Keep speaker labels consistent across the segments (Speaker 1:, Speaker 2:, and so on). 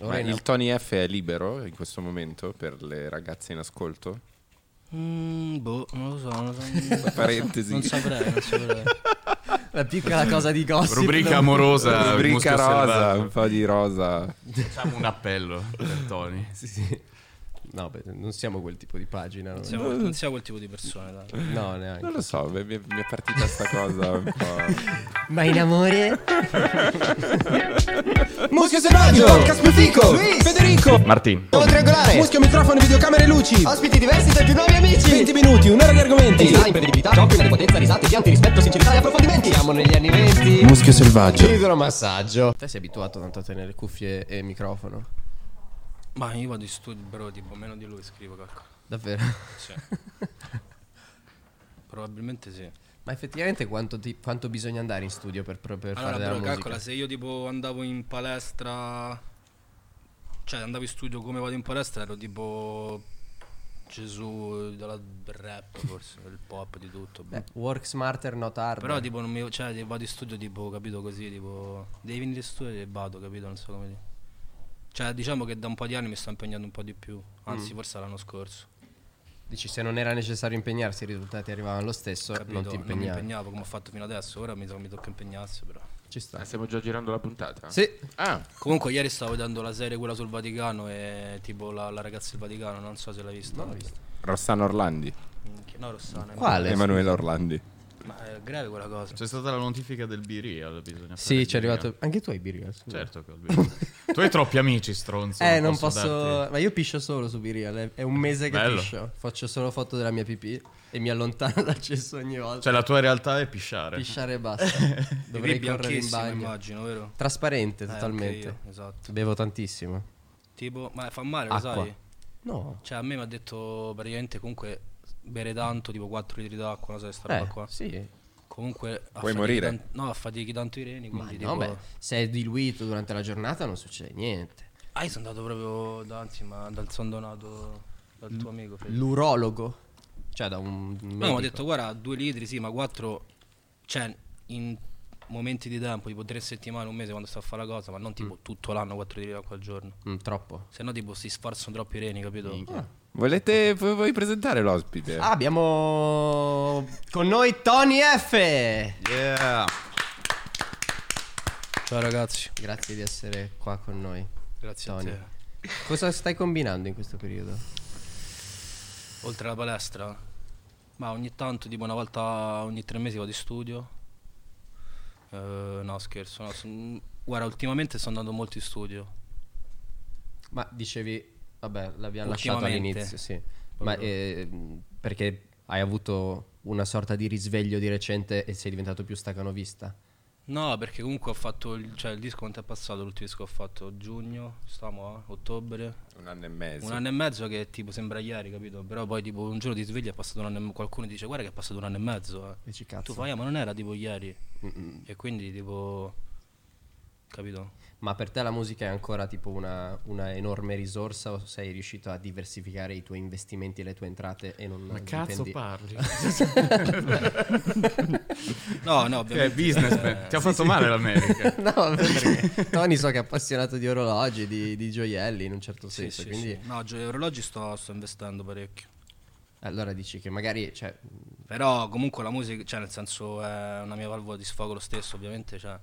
Speaker 1: Ma
Speaker 2: Orena.
Speaker 1: il Tony F è libero in questo momento per le ragazze in ascolto?
Speaker 2: Mm, boh, non lo so. Non, lo so,
Speaker 1: Parentesi.
Speaker 2: non saprei, non saprei.
Speaker 3: La piccola cosa di gossip.
Speaker 4: Rubrica amorosa.
Speaker 1: Rubrica
Speaker 4: muschio
Speaker 1: rosa,
Speaker 4: selvaggio.
Speaker 1: un po' di rosa.
Speaker 4: Facciamo un appello per Tony.
Speaker 3: Sì, sì. No, beh, non siamo quel tipo di pagina. no.
Speaker 2: Non siamo, non siamo quel tipo di persone. Dai.
Speaker 3: No,
Speaker 1: Non
Speaker 3: neanche.
Speaker 1: lo so, mi mi- mi è partita sta cosa un po'.
Speaker 3: Ma in amore?
Speaker 5: Muschio selvaggio, podcast più fico, Federico,
Speaker 4: Martin.
Speaker 5: Nuovo triangolare, Muschio microfono, videocamere e luci,
Speaker 3: Ospiti diversi dai più nuovi amici!
Speaker 5: 20 minuti, un'ora di argomenti,
Speaker 3: Design, imprevedibilità, giochi, potenza, risate, pianti, rispetto, sincerità e approfondimenti! Siamo negli anni 20.
Speaker 5: Muschio selvaggio,
Speaker 3: Idromassaggio. Te sei abituato tanto a tenere cuffie e microfono?
Speaker 2: Ma io vado in studio, però tipo meno di lui scrivo qualcosa.
Speaker 3: Davvero?
Speaker 2: Sì. Probabilmente sì.
Speaker 3: Ma effettivamente quanto, ti- quanto bisogna andare in studio per, per
Speaker 2: allora,
Speaker 3: fare della
Speaker 2: però
Speaker 3: musica?
Speaker 2: calcola, se io tipo andavo in palestra, cioè andavo in studio come vado in palestra, ero tipo Gesù della del rap forse, del pop, di tutto. boh.
Speaker 3: Beh, work smarter, not hard.
Speaker 2: Però tipo non mi, cioè, tipo, vado in studio tipo, capito così, tipo devi venire in studio e vado, capito, non so come dire. Cioè diciamo che da un po' di anni mi sto impegnando un po' di più,
Speaker 3: Mm.
Speaker 2: anzi forse l'anno scorso.
Speaker 3: Dici, se non era necessario impegnarsi, i risultati arrivavano lo stesso,
Speaker 2: Capito?
Speaker 3: non ti
Speaker 2: mi
Speaker 3: impegnavi.
Speaker 2: impegnavo come ho fatto fino adesso, ora mi, to- mi tocca impegnarsi però.
Speaker 3: Ci sta.
Speaker 2: Eh,
Speaker 6: Ah, stiamo già girando la puntata?
Speaker 3: Sì,
Speaker 6: Ah,
Speaker 2: Comunque ieri stavo vedendo la serie quella sul Vaticano e tipo la, la ragazza del Vaticano, non so se l'hai vista. No,
Speaker 1: Rossano Orlandi,
Speaker 2: no Rossana.
Speaker 3: quale?
Speaker 1: Emanuele Orlandi.
Speaker 2: no. Ma è grave quella cosa.
Speaker 4: C'è stata la notifica del B-Real. Bisogna
Speaker 3: Sì, ci
Speaker 4: c'è
Speaker 3: è arrivato. Anche tu hai Birial. scusa.
Speaker 4: eh. Certo che ho il B-Real. Tu hai troppi amici, stronzo.
Speaker 3: Eh, non posso.
Speaker 4: darti-
Speaker 3: Ma io piscio solo su Birial. È, è un mese che
Speaker 4: Bello.
Speaker 3: piscio. Faccio solo foto della mia pipì e mi allontano dal cesso ogni volta.
Speaker 2: Certo.
Speaker 4: Cioè, la tua realtà è pisciare.
Speaker 3: Pisciare e basta. Dovrei
Speaker 2: Dovrei
Speaker 3: correre in
Speaker 2: bianchissimo
Speaker 3: bagno.
Speaker 2: immagino, vero?
Speaker 3: Trasparente,
Speaker 2: Eh, anche
Speaker 3: totalmente.
Speaker 2: io, esatto.
Speaker 3: Bevo tantissimo.
Speaker 2: Tipo, ma fa male,
Speaker 3: Acqua.
Speaker 2: lo sai?
Speaker 3: No.
Speaker 2: Cioè, a me mi ha detto praticamente comunque bere tanto, tipo 4 litri d'acqua, non so se sta
Speaker 3: Eh,
Speaker 2: roba qua.
Speaker 3: sì.
Speaker 2: Comunque
Speaker 1: Puoi
Speaker 2: affatichi
Speaker 1: morire.
Speaker 2: tan- no, affatichi tanto i reni,
Speaker 3: Ma
Speaker 2: quindi
Speaker 3: no,
Speaker 2: tipo
Speaker 3: beh, se è diluito durante la giornata non succede niente.
Speaker 2: Ah, io sono andato proprio da anzi, ma dal San Donato dal tuo amico. Fede.
Speaker 3: L'urologo. Cioè, da un.
Speaker 2: No,
Speaker 3: medico.
Speaker 2: mi ha detto guarda, 2 litri, sì, ma 4 cioè in momenti di tempo, tipo 3 settimane, un mese quando sto a fare la cosa, ma non tipo tutto l'anno 4 litri d'acqua al giorno.
Speaker 3: Mm, troppo.
Speaker 2: Se no tipo si sforzano troppo i reni, capito?
Speaker 1: Volete, vu- vuoi presentare
Speaker 2: Eh.
Speaker 1: l'ospite?
Speaker 3: Ah, abbiamo con noi Tony F.
Speaker 4: Yeah.
Speaker 2: Ciao ragazzi,
Speaker 3: Grazie di essere qua con noi.
Speaker 2: grazie
Speaker 3: Tony.
Speaker 2: a te.
Speaker 3: Cosa stai combinando in questo periodo?
Speaker 2: Oltre alla palestra, ma ogni tanto, tipo una volta ogni tre mesi vado in studio. Eh, no, scherzo. no, son- Guarda, ultimamente sto andando molto in studio.
Speaker 3: Ma dicevi, vabbè, l'abbiamo lasciato
Speaker 2: Ultimamente.
Speaker 3: all'inizio, sì. Ma eh, perché hai avuto una sorta di risveglio di recente e sei diventato più stacanovista?
Speaker 2: No, perché comunque ho fatto il, cioè, il disco quanto è passato, l'ultimo disco che ho fatto giugno, stiamo a ottobre.
Speaker 1: Un anno e mezzo.
Speaker 2: Un anno e mezzo che tipo sembra ieri, capito? Però poi tipo un giorno ti svegli è passato un anno e mezzo. Qualcuno dice guarda che è passato un anno e mezzo. eh."
Speaker 3: Dici cazzo.
Speaker 2: Tu fai, "Ah, ma non era tipo ieri. E quindi tipo... Capito?
Speaker 3: Ma per te la musica è ancora tipo una, una enorme risorsa o sei riuscito a diversificare i tuoi investimenti e le tue entrate e non
Speaker 4: Ma cazzo
Speaker 3: dipendi-
Speaker 4: parli?
Speaker 2: No, no,
Speaker 4: Che Cioè, è
Speaker 2: ovviamente.
Speaker 4: business,
Speaker 2: eh,
Speaker 4: ti ha fatto male l'America.
Speaker 3: No, vabbè, perché Tony so che è appassionato di orologi, di, di gioielli in un certo
Speaker 2: Sì,
Speaker 3: senso,
Speaker 2: sì,
Speaker 3: quindi
Speaker 2: sì. No, gio- orologi sto, sto investendo parecchio.
Speaker 3: allora dici che magari cioè,
Speaker 2: Però comunque la musica, cioè nel senso è una mia valvola di sfogo lo stesso, ovviamente, cioè,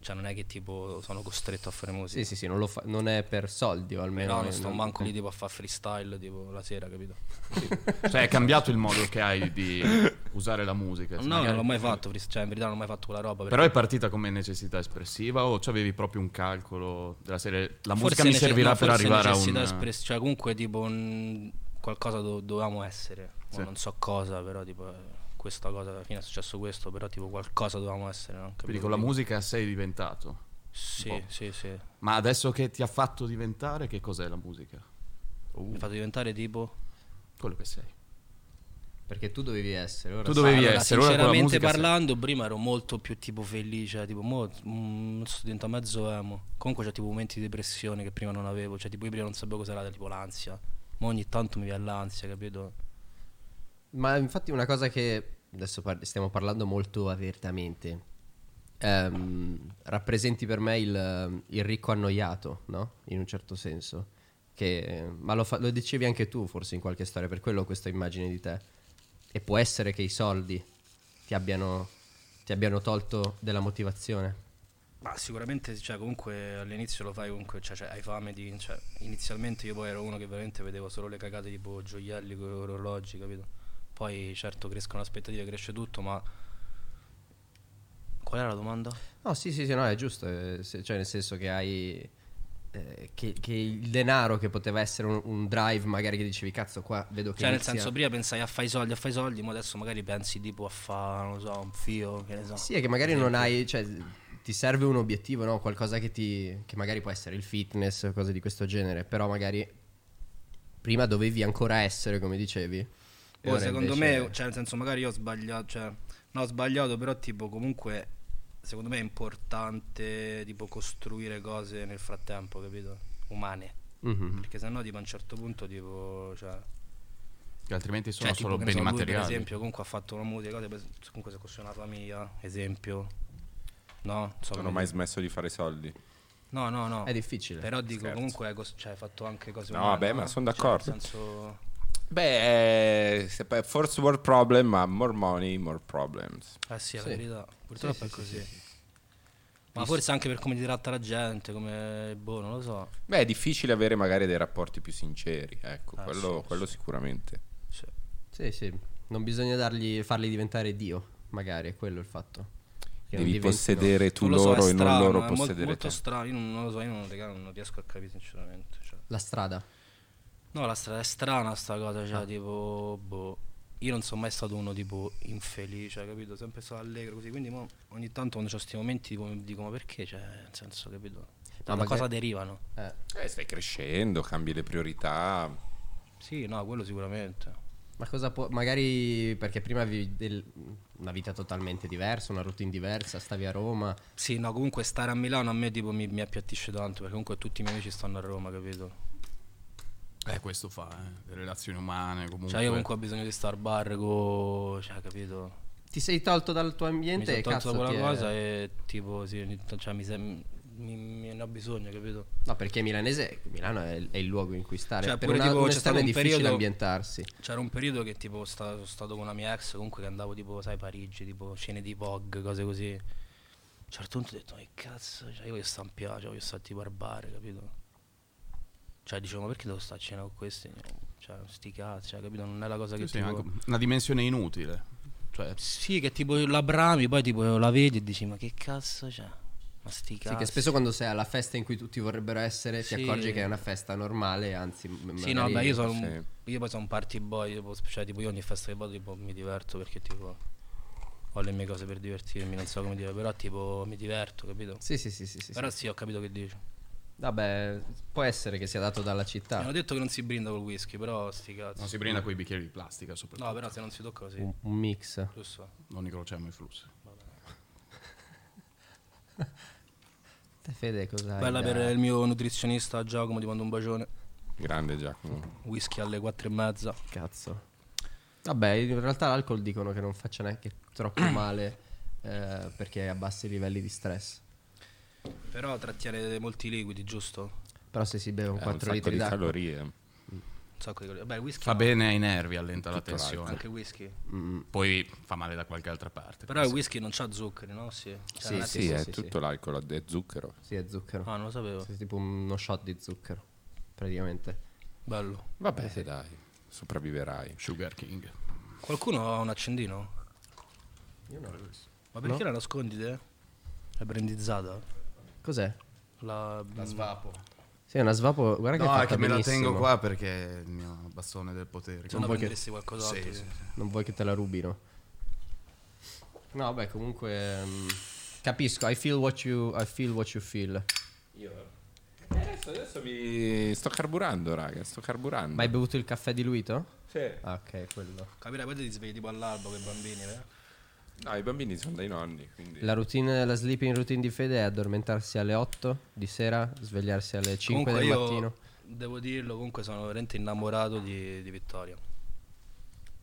Speaker 2: cioè non è che tipo sono costretto a fare musica.
Speaker 3: Sì, sì, sì, non, lo fa- non è per soldi o almeno.
Speaker 2: Però
Speaker 3: eh,
Speaker 2: non sto
Speaker 3: non-
Speaker 2: manco lì tipo a fare freestyle tipo la sera, capito?
Speaker 4: Cioè, è cambiato il modo che hai di usare la musica.
Speaker 2: No,
Speaker 4: Magari-
Speaker 2: non l'ho mai fatto, freestyle, cioè in verità non ho mai fatto quella roba.
Speaker 4: Però è partita come necessità espressiva o avevi proprio un calcolo della serie la musica mi
Speaker 2: nece-
Speaker 4: servirà
Speaker 2: no,
Speaker 4: per
Speaker 2: forse
Speaker 4: arrivare a un
Speaker 2: necessità espress- cioè comunque tipo un- qualcosa do- dovevamo essere, Mo non so cosa, però tipo eh, questa cosa alla fine è successo questo, però tipo qualcosa dovevamo essere, no?
Speaker 4: quindi
Speaker 2: Capito?
Speaker 4: con la musica sei diventato. Boh.
Speaker 2: Sì, sì, sì.
Speaker 4: Ma adesso che ti ha fatto diventare che cos'è la musica?
Speaker 2: Mi
Speaker 4: Uh.
Speaker 2: ha fatto diventare tipo
Speaker 4: Quello che sei.
Speaker 3: Perché tu dovevi essere. Ora
Speaker 4: Tu dovevi
Speaker 2: Allora,
Speaker 4: essere ora eh, con la
Speaker 2: sinceramente
Speaker 4: musica. sei-
Speaker 2: parlando, prima ero molto più tipo felice, cioè, tipo mo mm, non so, diventa mezzo emo. Comunque c'ho tipo momenti di depressione che prima non avevo, cioè tipo io prima non sapevo cos'era tipo l'ansia. Ma ogni tanto mi viene l'ansia, capito?
Speaker 3: Ma infatti una cosa che adesso par- stiamo parlando molto apertamente ehm, rappresenti per me il, il ricco annoiato, no? In un certo senso. Che- ma lo, fa- lo dicevi anche tu forse in qualche storia, per quello ho questa immagine di te. E può essere che i soldi ti abbiano, ti abbiano tolto della motivazione.
Speaker 2: Ma sicuramente, cioè, comunque all'inizio lo fai comunque, cioè, cioè, hai fame di... Cioè, inizialmente io poi ero uno che veramente vedevo solo le cagate tipo gioielli, con orologi, capito? Poi certo crescono le aspettative, cresce tutto, ma... Qual era la domanda?
Speaker 3: No, sì, sì, sì, no, è giusto. eh, se- cioè, nel senso che hai. eh, che, che il denaro che poteva essere un, un drive, magari che dicevi, cazzo, qua vedo che.
Speaker 2: Cioè, nel
Speaker 3: inizia-"
Speaker 2: senso, prima pensai a fai i soldi, a fai i soldi, ma adesso magari pensi tipo a fare, non lo so, un fio, che ne so.
Speaker 3: Sì, è che magari non hai. Cioè, ti serve un obiettivo, no? Qualcosa che ti. che magari può essere il fitness o cose di questo genere. Però magari. Prima dovevi ancora essere, come dicevi.
Speaker 2: Poi,
Speaker 3: Ora
Speaker 2: secondo
Speaker 3: invece-
Speaker 2: me, cioè, nel senso, magari io ho sbagliato, cioè, no, ho sbagliato, però, tipo, comunque, secondo me è importante, tipo, costruire cose nel frattempo, capito? Umane.
Speaker 3: Mhm.
Speaker 2: Perché sennò, tipo, a un certo punto, tipo, cioè,
Speaker 4: Che altrimenti sono
Speaker 2: cioè, tipo,
Speaker 4: solo
Speaker 2: che ne
Speaker 4: beni
Speaker 2: so, lui,
Speaker 4: materiali.
Speaker 2: Per esempio, comunque ha fatto una musica, cose, per- comunque si è costruita una famiglia, esempio. No? So
Speaker 1: Non
Speaker 2: come
Speaker 1: ho mai
Speaker 2: dire.
Speaker 1: smesso di fare soldi.
Speaker 2: No, no, no.
Speaker 3: È difficile.
Speaker 2: Però dico,
Speaker 1: Scherzo.
Speaker 2: comunque, hai cos- cioè, hai fatto anche cose
Speaker 1: No,
Speaker 2: umane,
Speaker 1: vabbè, ma son
Speaker 2: Cioè,
Speaker 1: d'accordo.
Speaker 2: nel senso...
Speaker 1: Beh, eh, se- beh, first world problem, ma more money, more problems.
Speaker 2: Eh sì, è
Speaker 3: Sì.
Speaker 2: la verità.
Speaker 3: Sì, sì,
Speaker 2: Purtroppo è
Speaker 3: sì,
Speaker 2: così.
Speaker 3: sì,
Speaker 2: Ma forse anche per come ti tratta la gente, come boh, non lo so.
Speaker 1: Beh, è difficile avere magari dei rapporti più sinceri, ecco,
Speaker 2: Ah,
Speaker 1: quello,
Speaker 2: sì,
Speaker 1: quello sicuramente.
Speaker 2: Sì.
Speaker 3: Sì, sì. Non bisogna dargli, farli diventare Dio, magari, è quello il fatto. Che non
Speaker 1: Devi
Speaker 3: diventino-
Speaker 1: possedere tu
Speaker 2: Non lo so,
Speaker 1: loro
Speaker 2: è
Speaker 1: e non
Speaker 2: strano,
Speaker 1: loro
Speaker 2: è mol-
Speaker 1: possedere
Speaker 2: molto
Speaker 1: te.
Speaker 2: strano, io non, non lo so, io non, raga, non riesco a capire sinceramente. cioè.
Speaker 3: La strada.
Speaker 2: No, la strada è strana sta cosa,
Speaker 3: Ah.
Speaker 2: cioè, tipo, boh. Io non sono mai stato uno tipo infelice, cioè, capito? Sempre stato allegro così, quindi mo ogni tanto quando ho questi momenti dico, dico ma perché? Cioè, nel senso, capito? Da
Speaker 3: magari-
Speaker 2: cosa derivano?
Speaker 3: Eh.
Speaker 1: Eh, stai crescendo, cambi le priorità.
Speaker 2: Sì, no, quello sicuramente.
Speaker 3: Ma cosa può. Magari perché prima avevi del- una vita totalmente diversa, una routine diversa, stavi a Roma.
Speaker 2: Sì, no, comunque stare a Milano a me tipo mi, mi appiattisce tanto, perché comunque tutti i miei amici stanno a Roma, capito?
Speaker 4: Eh, questo fa, eh. Le relazioni umane comunque.
Speaker 2: Cioè io comunque ho bisogno di star bar con... cioè, capito?
Speaker 3: Ti sei tolto dal tuo
Speaker 2: Mi
Speaker 3: ambiente
Speaker 2: sono
Speaker 3: e
Speaker 2: tolto
Speaker 3: cazzo.
Speaker 2: da
Speaker 3: ti
Speaker 2: quella
Speaker 3: è-
Speaker 2: cosa e tipo, sì, ogni tanto, cioè, mi, sem- mi, mi- ne ho bisogno, capito?
Speaker 3: No, perché milanese, Milano è, è il luogo in cui stare.
Speaker 2: Cioè,
Speaker 3: per
Speaker 2: pure
Speaker 3: una,
Speaker 2: tipo
Speaker 3: un
Speaker 2: c'è
Speaker 3: esterno
Speaker 2: stato
Speaker 3: è
Speaker 2: un
Speaker 3: difficile
Speaker 2: periodo-
Speaker 3: ambientarsi.
Speaker 2: C'era un periodo che tipo sta- sono stato con una mia ex comunque che andavo tipo, sai, Parigi, tipo cene di Vogue, cose così. A un certo punto ho detto, che cazzo, cioè, io voglio stare in piazza, voglio stare tipo al bar, capito? Cioè dicevo, ma perché devo stare a cena con questi? Cioè, sti cazzi, cioè, capito? Non è la cosa che
Speaker 4: Sì,
Speaker 2: tipo...
Speaker 4: anche una dimensione inutile. Cioè,
Speaker 2: Sì, che tipo la brami, poi tipo la vedi e dici ma che cazzo c'è? Ma sti
Speaker 3: Sì,
Speaker 2: cazzi.
Speaker 3: che spesso quando sei alla festa in cui tutti vorrebbero essere,
Speaker 2: Ah, Sì.
Speaker 3: ti accorgi che è una festa normale, anzi. m-
Speaker 2: Sì, no,
Speaker 3: magari-
Speaker 2: beh, io sono
Speaker 1: sì.
Speaker 2: un- io poi sono un party boy, tipo, cioè tipo io ogni festa che vado tipo, mi diverto perché tipo ho le mie cose per divertirmi, non so come dire, però tipo mi diverto, capito?
Speaker 3: Sì, sì, sì, sì. sì, Ah. sì.
Speaker 2: però sì, ho capito che dici.
Speaker 3: Vabbè, può essere che sia dato dalla città.
Speaker 2: Mi hanno detto che non si brinda col whisky, però sti cazzi.
Speaker 4: non si brinda con i bicchieri di plastica, soprattutto.
Speaker 2: No, però se non si tocca così,
Speaker 3: Un, un mix.
Speaker 2: giusto?
Speaker 4: Non incrociamo i flussi.
Speaker 3: Te, Fede, cosa hai
Speaker 2: Bella
Speaker 3: da-
Speaker 2: per il mio nutrizionista Giacomo, ti mando un bacione.
Speaker 1: Grande eh, Giacomo.
Speaker 2: Whisky alle quattro e mezza.
Speaker 3: Cazzo. Vabbè, in realtà l'alcol dicono che non faccia neanche troppo male eh, perché abbassa i livelli di stress.
Speaker 2: Però trattiene molti liquidi, giusto?
Speaker 3: Però se si beve un
Speaker 1: Eh,
Speaker 3: 4
Speaker 1: un sacco
Speaker 3: litri
Speaker 1: di
Speaker 3: d'acqua,
Speaker 1: calorie.
Speaker 2: Un sacco di calorie. Beh, il whisky
Speaker 4: Fa
Speaker 2: no,
Speaker 4: bene ai nervi, allenta la tensione.
Speaker 2: anche whisky.
Speaker 3: Mm,
Speaker 4: Poi fa male da qualche altra parte.
Speaker 2: Però il whisky non c'ha zuccheri, no? Sì. Cioè,
Speaker 3: Sì,
Speaker 2: non
Speaker 1: Eh
Speaker 2: è-
Speaker 1: sì,
Speaker 3: sì,
Speaker 1: è
Speaker 3: sì,
Speaker 1: tutto l'alcol, è zucchero.
Speaker 3: sì, è zucchero.
Speaker 2: Ah, non lo sapevo.
Speaker 3: Sì, tipo uno shot di zucchero, praticamente.
Speaker 2: Bello.
Speaker 1: Vabbè, dai, sopravviverai.
Speaker 4: Sugar King.
Speaker 2: Qualcuno ha un accendino?
Speaker 3: Io no.
Speaker 2: Ma perché la nascondi te? È brandizzata?
Speaker 3: Cos'è?
Speaker 2: La, mm,
Speaker 4: svapo.
Speaker 3: Sì, è una svapo, guarda che è
Speaker 4: No, è
Speaker 3: fatta
Speaker 4: che me la tengo
Speaker 3: benissimo.
Speaker 4: qua perché è il mio bastone del potere.
Speaker 2: Se
Speaker 3: vuoi
Speaker 2: no
Speaker 3: che-
Speaker 2: prenderesti qualcos'altro.
Speaker 4: Sì,
Speaker 2: sì.
Speaker 4: sì.
Speaker 3: Non vuoi che te la rubino. No, beh, comunque mm, capisco, I feel what you I feel what you feel.
Speaker 1: Adesso, adesso mi sto carburando, raga, sto carburando.
Speaker 3: Ma hai bevuto il caffè diluito?
Speaker 1: Sì.
Speaker 3: Ah, ok, quello.
Speaker 2: Capirai, poi ti svegli tipo all'alba con i bambini, eh?
Speaker 1: No, Ah, i bambini sono dai nonni, quindi...
Speaker 3: La routine, la sleeping routine di Fede è addormentarsi alle 8 di sera, svegliarsi alle 5
Speaker 2: comunque
Speaker 3: del
Speaker 2: io
Speaker 3: mattino.
Speaker 2: devo dirlo, comunque sono veramente innamorato di, di Vittoria.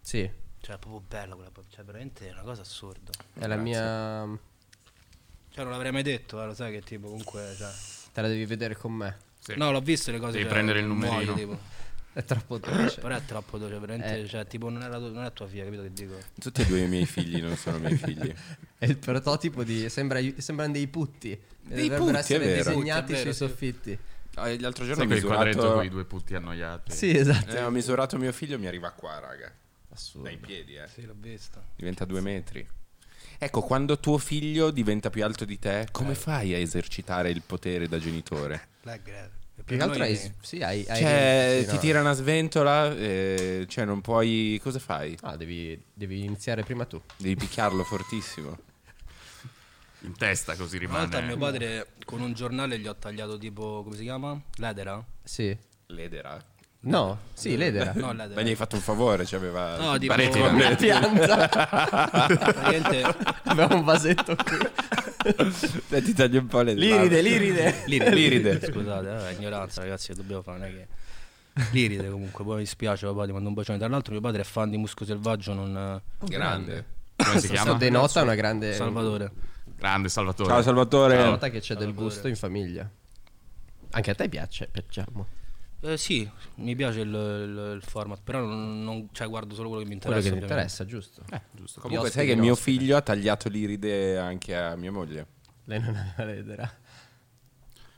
Speaker 3: Sì, mm,
Speaker 2: Cioè, è proprio bella quella... Cioè, veramente è una cosa assurda.
Speaker 3: è la mia
Speaker 2: Cioè, non l'avrei mai detto, eh, lo sai che tipo, comunque. cioè-
Speaker 3: Te la devi vedere con me.
Speaker 4: Sì.
Speaker 2: No, l'ho visto le cose.
Speaker 4: Devi
Speaker 2: cioè,
Speaker 4: prendere il
Speaker 2: muoio,
Speaker 4: numerino.
Speaker 2: tipo.
Speaker 3: È troppo dolce.
Speaker 2: Però è troppo dolce, veramente.
Speaker 3: Eh.
Speaker 2: Cioè, tipo, non, era, non è tua figlia, capito che dico?
Speaker 1: Tutti e due i miei figli non sono miei figli.
Speaker 3: È il prototipo di. Sembra, sembrano dei putti. Dovrebbero
Speaker 1: putti, è
Speaker 3: essere
Speaker 1: vero.
Speaker 3: disegnati
Speaker 2: Putti, è vero,
Speaker 3: sui
Speaker 2: sì.
Speaker 3: soffitti.
Speaker 1: Ah, e L'altro giorno
Speaker 4: Sai
Speaker 1: ho
Speaker 4: quel quadretto
Speaker 1: misurato,
Speaker 4: con i due putti annoiati?
Speaker 3: Sì, esatto.
Speaker 1: eh, ho misurato mio figlio, mi arriva qua, raga.
Speaker 3: Assurdo.
Speaker 1: Dai piedi, eh.
Speaker 2: Sì, l'ho visto.
Speaker 1: Diventa due metri. Ecco, quando tuo figlio diventa più alto di te, come fai a esercitare il potere da genitore?
Speaker 2: La è grave. E
Speaker 3: Più
Speaker 2: per
Speaker 3: che altro
Speaker 2: noi-
Speaker 3: hai. Sì, Eh, hai. hai-
Speaker 1: Cioè,
Speaker 3: sì,
Speaker 1: ti
Speaker 3: no.
Speaker 1: tira una sventola, eh, cioè non puoi... Cosa fai?
Speaker 3: No, Ah, devi, devi iniziare prima tu.
Speaker 1: Devi picchiarlo fortissimo.
Speaker 4: In testa così
Speaker 2: Una volta
Speaker 3: Eh.
Speaker 4: rimane.
Speaker 2: mio padre con un giornale gli ho tagliato tipo, come si chiama? L'edera?
Speaker 3: Sì.
Speaker 1: Ledera.
Speaker 3: No, sì, l'edera.
Speaker 1: Ma
Speaker 2: No,
Speaker 1: gli
Speaker 2: l'edera.
Speaker 1: hai fatto un favore, cioè aveva...
Speaker 2: No, tipo,
Speaker 4: Pareti,
Speaker 3: La pianta.
Speaker 2: praticamente
Speaker 3: Abbiamo un vasetto qui.
Speaker 1: Eh, ti taglio un po' le
Speaker 3: Liride, liride.
Speaker 1: Liride, liride.
Speaker 2: Scusate, eh, ignoranza, ragazzi, che dobbiamo fare. Non è che... Liride comunque, poi mi dispiace, papà, ti mando un bacione. Tra l'altro, mio padre è fan di Musco Selvaggio, non.
Speaker 1: Grande.
Speaker 4: Come si
Speaker 3: Questo
Speaker 4: chiama?
Speaker 3: denota una grande.
Speaker 2: Salvatore.
Speaker 4: Grande Salvatore.
Speaker 1: Ciao Salvatore.
Speaker 3: Denota che c'è del gusto in famiglia. Anche a te piace, piacciamo.
Speaker 2: Eh, sì, mi piace il, il- il format, però non, non- cioè, guardo solo quello che mi
Speaker 3: Quello
Speaker 2: interessa.
Speaker 3: che ti
Speaker 2: ovviamente.
Speaker 3: interessa, giusto?
Speaker 4: Giusto.
Speaker 1: Comunque
Speaker 3: Gli
Speaker 1: sai
Speaker 3: ospiti,
Speaker 1: che
Speaker 3: gli
Speaker 1: mio
Speaker 3: ospiti.
Speaker 1: figlio ha tagliato l'iride anche a mia moglie.
Speaker 3: Lei non aveva l'edera.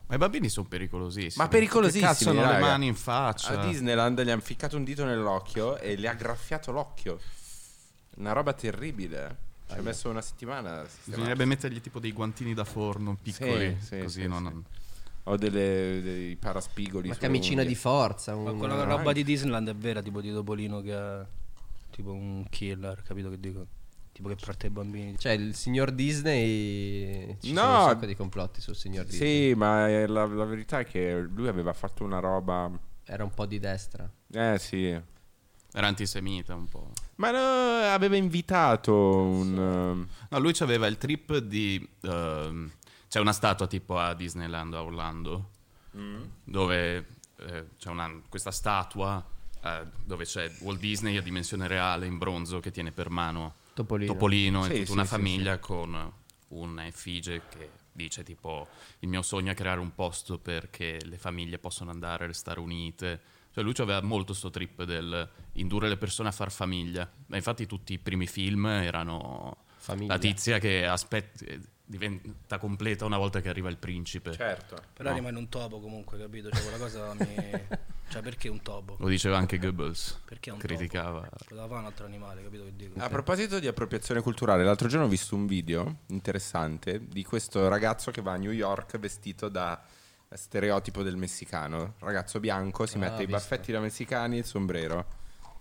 Speaker 4: Ma i bambini sono pericolosissimi.
Speaker 1: Ma pericolosissimi,
Speaker 4: Che Cazzo, hanno
Speaker 1: raga. Ah,
Speaker 4: le mani in faccia.
Speaker 1: A Disneyland gli hanno ficcato un dito nell'occhio e le ha graffiato l'occhio. Una roba terribile. Ci ha messo una settimana. a sistemarlo.
Speaker 4: Bisognerebbe mettergli tipo dei guantini da forno piccoli.
Speaker 1: Sì, sì,
Speaker 4: così
Speaker 1: sì,
Speaker 4: non.
Speaker 1: Ho delle, dei paraspigoli.
Speaker 3: Una
Speaker 1: sulle
Speaker 3: camicina di
Speaker 1: unghie.
Speaker 3: forza. Un...
Speaker 2: Ma quella roba di Disneyland è vera, tipo di Topolino che è tipo un killer, capito che dico? Tipo che parte i bambini.
Speaker 3: Cioè, il signor Disney. Ci
Speaker 1: No!
Speaker 3: sono un sacco di complotti sul signor Disney.
Speaker 1: Sì, ma eh, la, la verità è che lui aveva fatto una roba.
Speaker 3: Era un po' di destra.
Speaker 1: Eh sì.
Speaker 4: Era antisemita un po'.
Speaker 1: Ma no, aveva invitato un. ehm,
Speaker 4: No, lui aveva il trip di. ehm, c'è una statua tipo a Disneyland a Orlando.
Speaker 1: Mm.
Speaker 4: Dove eh, c'è una- questa statua eh, dove c'è Walt Disney a dimensione reale in bronzo che tiene per mano
Speaker 3: Topolino.
Speaker 4: Topolino
Speaker 1: Sì,
Speaker 4: e tutta
Speaker 1: sì,
Speaker 4: una
Speaker 1: sì,
Speaker 4: famiglia con un'effigie che dice tipo il mio sogno è creare un posto perché le famiglie possono andare a restare unite. Cioè lui aveva molto sto trip del indurre le persone a far famiglia. Ma infatti tutti i primi film erano
Speaker 3: Famiglia.
Speaker 4: la tizia che aspetta eh, diventa completa una volta che arriva il principe.
Speaker 2: Cioè,
Speaker 1: Certo.
Speaker 2: Però rimane un topo comunque, capito? Cioè quella cosa mi... Cioè perché un topo?
Speaker 4: Lo diceva anche Goebbels.
Speaker 2: Perché un
Speaker 4: criticava.
Speaker 2: topo? Poteva fare un altro animale, capito che dico?
Speaker 1: A proposito di appropriazione culturale, l'altro giorno ho visto un video interessante di questo ragazzo che va a New York vestito da stereotipo del messicano. Ragazzo bianco, si
Speaker 3: Ah,
Speaker 1: mette i
Speaker 3: visto.
Speaker 1: baffetti da messicani e il sombrero.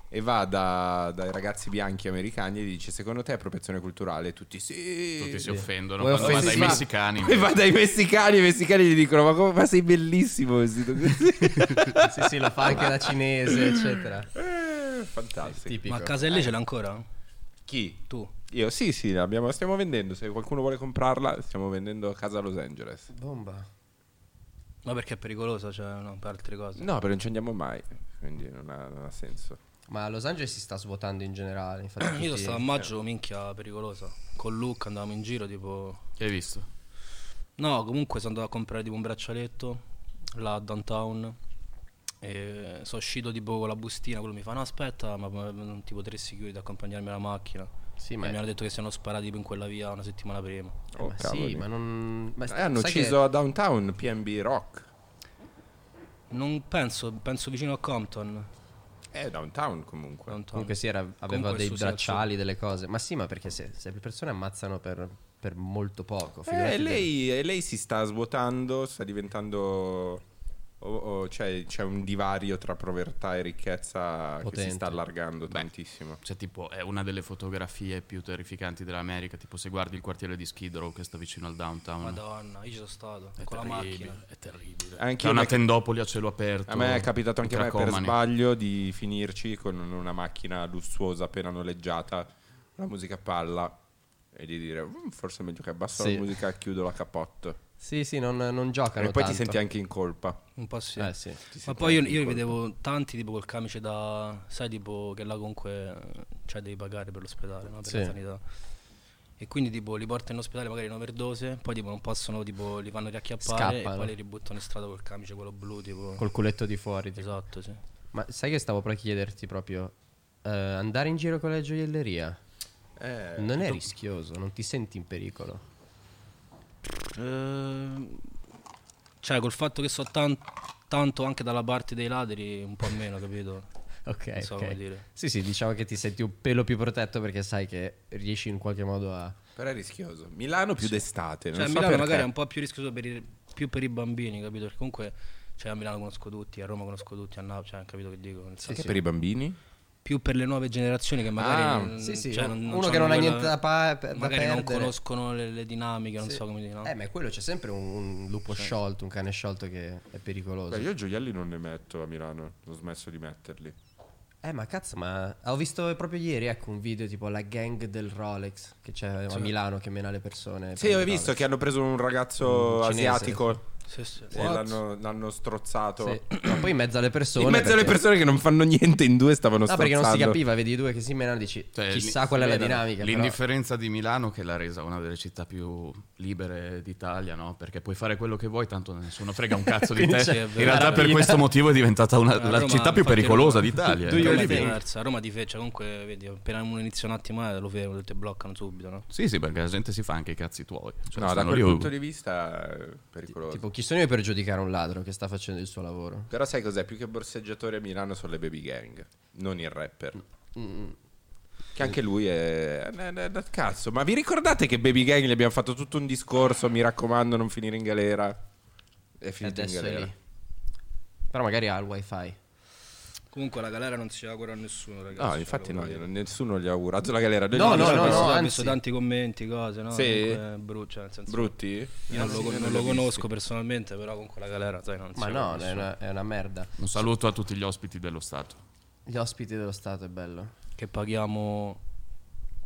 Speaker 1: E va da- dai ragazzi bianchi americani e gli dice: Secondo te è appropriazione culturale? E Tutti sì.
Speaker 4: Tutti si
Speaker 1: E
Speaker 4: offendono
Speaker 3: Vuoi
Speaker 4: quando va dai
Speaker 3: offendersi?
Speaker 4: messicani.
Speaker 1: va dai messicani e i messicani gli dicono: Ma, come, ma sei bellissimo vestito così.
Speaker 3: sì, sì, lo fa anche la cinese, eccetera.
Speaker 1: Eh, Fantastico.
Speaker 3: Tipico.
Speaker 2: Ma a casa lei ce l'ha ancora?
Speaker 1: Chi?
Speaker 2: Tu?
Speaker 1: Io sì, sì, l'abbiamo- stiamo vendendo. Se qualcuno vuole comprarla, stiamo vendendo a casa a Los Angeles.
Speaker 3: Bomba.
Speaker 2: Ma perché è pericolosa, cioè no, per altre cose.
Speaker 1: No, però non ci andiamo mai, quindi non ha, non ha senso.
Speaker 3: Ma a Los Angeles si sta svuotando in generale. Infatti,
Speaker 2: Io sono
Speaker 3: tutti-
Speaker 2: stato a maggio, minchia, pericolosa. Con Luke andavamo in giro, tipo...
Speaker 4: Che hai visto?
Speaker 2: No, comunque sono andato a comprare tipo un braccialetto là a downtown. E sono uscito tipo con la bustina, quello mi fa no aspetta, ma ma- tipo tre security ad accompagnarmi alla macchina.
Speaker 3: Sì,
Speaker 2: E
Speaker 3: ma,
Speaker 2: mi hanno detto che siano sparati tipo in quella via una settimana prima.
Speaker 1: Oh,
Speaker 3: ma
Speaker 1: cavoli.
Speaker 3: sì, ma non. Ma
Speaker 1: Eh, hanno
Speaker 3: sai che-
Speaker 1: ucciso a Downtown PNB Rock.
Speaker 2: Non penso, penso vicino a Compton.
Speaker 1: Eh, Downtown comunque.
Speaker 2: downtown.
Speaker 3: Comunque sì, era- aveva
Speaker 2: Comunque
Speaker 3: dei
Speaker 2: su, sì, al
Speaker 3: bracciali, delle cose. Ma sì, ma perché se, se le persone ammazzano per, per molto poco. figurati
Speaker 1: Eh,
Speaker 3: del-
Speaker 1: lei, e lei si sta svuotando, sta diventando... o- o- cioè, c'è un divario tra povertà e ricchezza che
Speaker 3: Potente.
Speaker 1: si sta allargando tantissimo.
Speaker 4: Cioè, tipo, è una delle fotografie più terrificanti dell'America. Tipo, se guardi il quartiere di Skid Row che sta vicino al downtown.
Speaker 2: Madonna, io ci sono stato
Speaker 4: è
Speaker 2: con la
Speaker 4: terribile,
Speaker 2: macchina.
Speaker 4: È terribile.
Speaker 1: Anche
Speaker 4: C'è una
Speaker 1: me-
Speaker 4: tendopoli a cielo aperto.
Speaker 1: A me è capitato anche a me per
Speaker 4: Tracomani.
Speaker 1: sbaglio di finirci con una macchina lussuosa appena noleggiata, la musica a palla e di dire "Mm, forse è meglio che abbasso
Speaker 3: Sì.
Speaker 1: la musica e chiudo la capotte.
Speaker 3: Sì, sì, non, non giocano.
Speaker 1: e poi ti
Speaker 3: tanto.
Speaker 1: senti anche in colpa.
Speaker 2: Un po' sì.
Speaker 3: Eh, sì.
Speaker 1: Ti
Speaker 2: Ma
Speaker 1: senti
Speaker 2: poi io,
Speaker 1: anche in
Speaker 2: io
Speaker 1: colpa.
Speaker 2: vedevo tanti tipo col camice da... Sai tipo che là comunque eh, cioè, devi pagare per l'ospedale, no? per
Speaker 3: Sì.
Speaker 2: la sanità. E quindi tipo li portano in ospedale magari in overdose, poi tipo non possono, tipo li fanno riacchiappare e
Speaker 3: Scappano.
Speaker 2: poi li ributtano in strada col camice, quello blu, tipo...
Speaker 3: Col culetto di fuori. tipo.
Speaker 2: Esatto, sì.
Speaker 3: Ma sai che stavo per chiederti proprio... eh, andare in giro con la gioielleria
Speaker 1: Eh,
Speaker 3: non è rischioso, non ti senti in pericolo.
Speaker 2: Ehm, cioè col fatto che so tan- tanto anche dalla parte dei ladri, un po' meno, capito?
Speaker 3: Ok,
Speaker 2: Non so
Speaker 3: ok.
Speaker 2: come dire.
Speaker 3: Sì, sì, diciamo che ti senti un pelo più protetto perché sai che riesci in qualche modo a...
Speaker 1: Però è rischioso. Milano più d'estate.
Speaker 2: Cioè, a
Speaker 1: non so
Speaker 2: Milano
Speaker 1: perché.
Speaker 2: magari è un po' più rischioso per i, più per i bambini, capito? Perché comunque cioè, a Milano conosco tutti, a Roma conosco tutti, a Napoli, cioè, capito che dico? Nel senso,
Speaker 1: Anche per i bambini?
Speaker 2: Più per le nuove generazioni che magari...
Speaker 1: Ah,
Speaker 2: non-
Speaker 3: sì, sì,
Speaker 2: cioè,
Speaker 3: un-
Speaker 2: non, non
Speaker 3: uno che
Speaker 2: sanno
Speaker 3: non ha
Speaker 2: quella-
Speaker 3: niente da pa- per- da
Speaker 2: Magari non
Speaker 3: perdere.
Speaker 2: conoscono le, le dinamiche, non
Speaker 3: Sì.
Speaker 2: so come dire, no?
Speaker 3: Eh, ma è quello, c'è sempre un, un lupo sciolto, un cane sciolto che è pericoloso.
Speaker 6: Beh, Cioè, io gioielli non ne metto a Milano, ho smesso di metterli.
Speaker 3: Eh, ma cazzo, ma ho visto proprio ieri, ecco, un video tipo la gang del Rolex che c'è a Milano che mena le persone.
Speaker 1: Sì, ho visto che hanno preso un ragazzo
Speaker 3: Un Mm, cinese.
Speaker 1: asiatico
Speaker 2: Sì, sì.
Speaker 1: e l'hanno, l'hanno strozzato.
Speaker 3: Ma poi in mezzo alle persone...
Speaker 1: In mezzo alle
Speaker 3: perché-
Speaker 1: persone che non fanno niente, in due stavano
Speaker 3: No, perché
Speaker 1: strozzando.
Speaker 3: non si capiva, vedi i due che si menano dici,
Speaker 4: Cioè,
Speaker 3: chissà
Speaker 4: lì-
Speaker 3: qual è la
Speaker 4: vedono.
Speaker 3: dinamica. però-
Speaker 4: L'indifferenza di Milano che l'ha resa una delle città più libere d'Italia, no? Perché puoi fare quello che vuoi, tanto nessuno frega un cazzo di
Speaker 3: Quindi
Speaker 4: te.
Speaker 3: c'è
Speaker 4: In
Speaker 2: vera
Speaker 4: realtà per
Speaker 3: rapina.
Speaker 4: questo motivo è diventata una-
Speaker 2: A
Speaker 4: la
Speaker 2: Roma,
Speaker 4: città
Speaker 2: infatti,
Speaker 4: più pericolosa
Speaker 2: Roma-
Speaker 4: d'Italia. eh.
Speaker 3: Do you
Speaker 2: Roma è
Speaker 3: think?
Speaker 2: diversa, Roma ti fece, comunque, vedi, appena uno inizia un attimo eh, lo fermo, te bloccano subito, no?
Speaker 4: Sì, sì, perché la gente si fa anche i cazzi tuoi. Cioè,
Speaker 1: No, da
Speaker 4: stanno
Speaker 1: quel
Speaker 4: lì-
Speaker 1: punto di vista è pericoloso.
Speaker 3: Tipo, chi sono io per giudicare un ladro che sta facendo il suo lavoro?
Speaker 1: Però sai cos'è? Più che borseggiatore a Milano sono le baby gang, non il rapper. Che anche lui è... è- è- è- Cazzo, ma vi ricordate che baby gang gli abbiamo fatto tutto un discorso, mi raccomando non finire in galera? È
Speaker 3: E
Speaker 1: finito in
Speaker 3: adesso è
Speaker 1: galera.
Speaker 3: lì. Però magari ha il wifi.
Speaker 2: Comunque la galera non si augura a nessuno, ragazzi.
Speaker 4: Ah,
Speaker 2: cioè,
Speaker 1: No, infatti no, io- nessuno gli ha augurato la galera. Noi
Speaker 3: No,
Speaker 1: gli
Speaker 3: no,
Speaker 1: diciamo-
Speaker 2: ho visto,
Speaker 3: no,
Speaker 2: ho
Speaker 3: anzi.
Speaker 2: visto tanti commenti, cose, no?
Speaker 1: Sì.
Speaker 2: Comunque, è brutto, cioè, nel senso,
Speaker 1: Brutti?
Speaker 2: Io non lo, non lo conosco personalmente, però comunque la galera, sai, non
Speaker 3: Ma
Speaker 2: si
Speaker 3: no,
Speaker 2: vede
Speaker 3: è una, è una merda.
Speaker 4: uh, Un saluto a tutti gli ospiti dello Stato.
Speaker 3: Gli ospiti dello Stato è bello.
Speaker 2: che paghiamo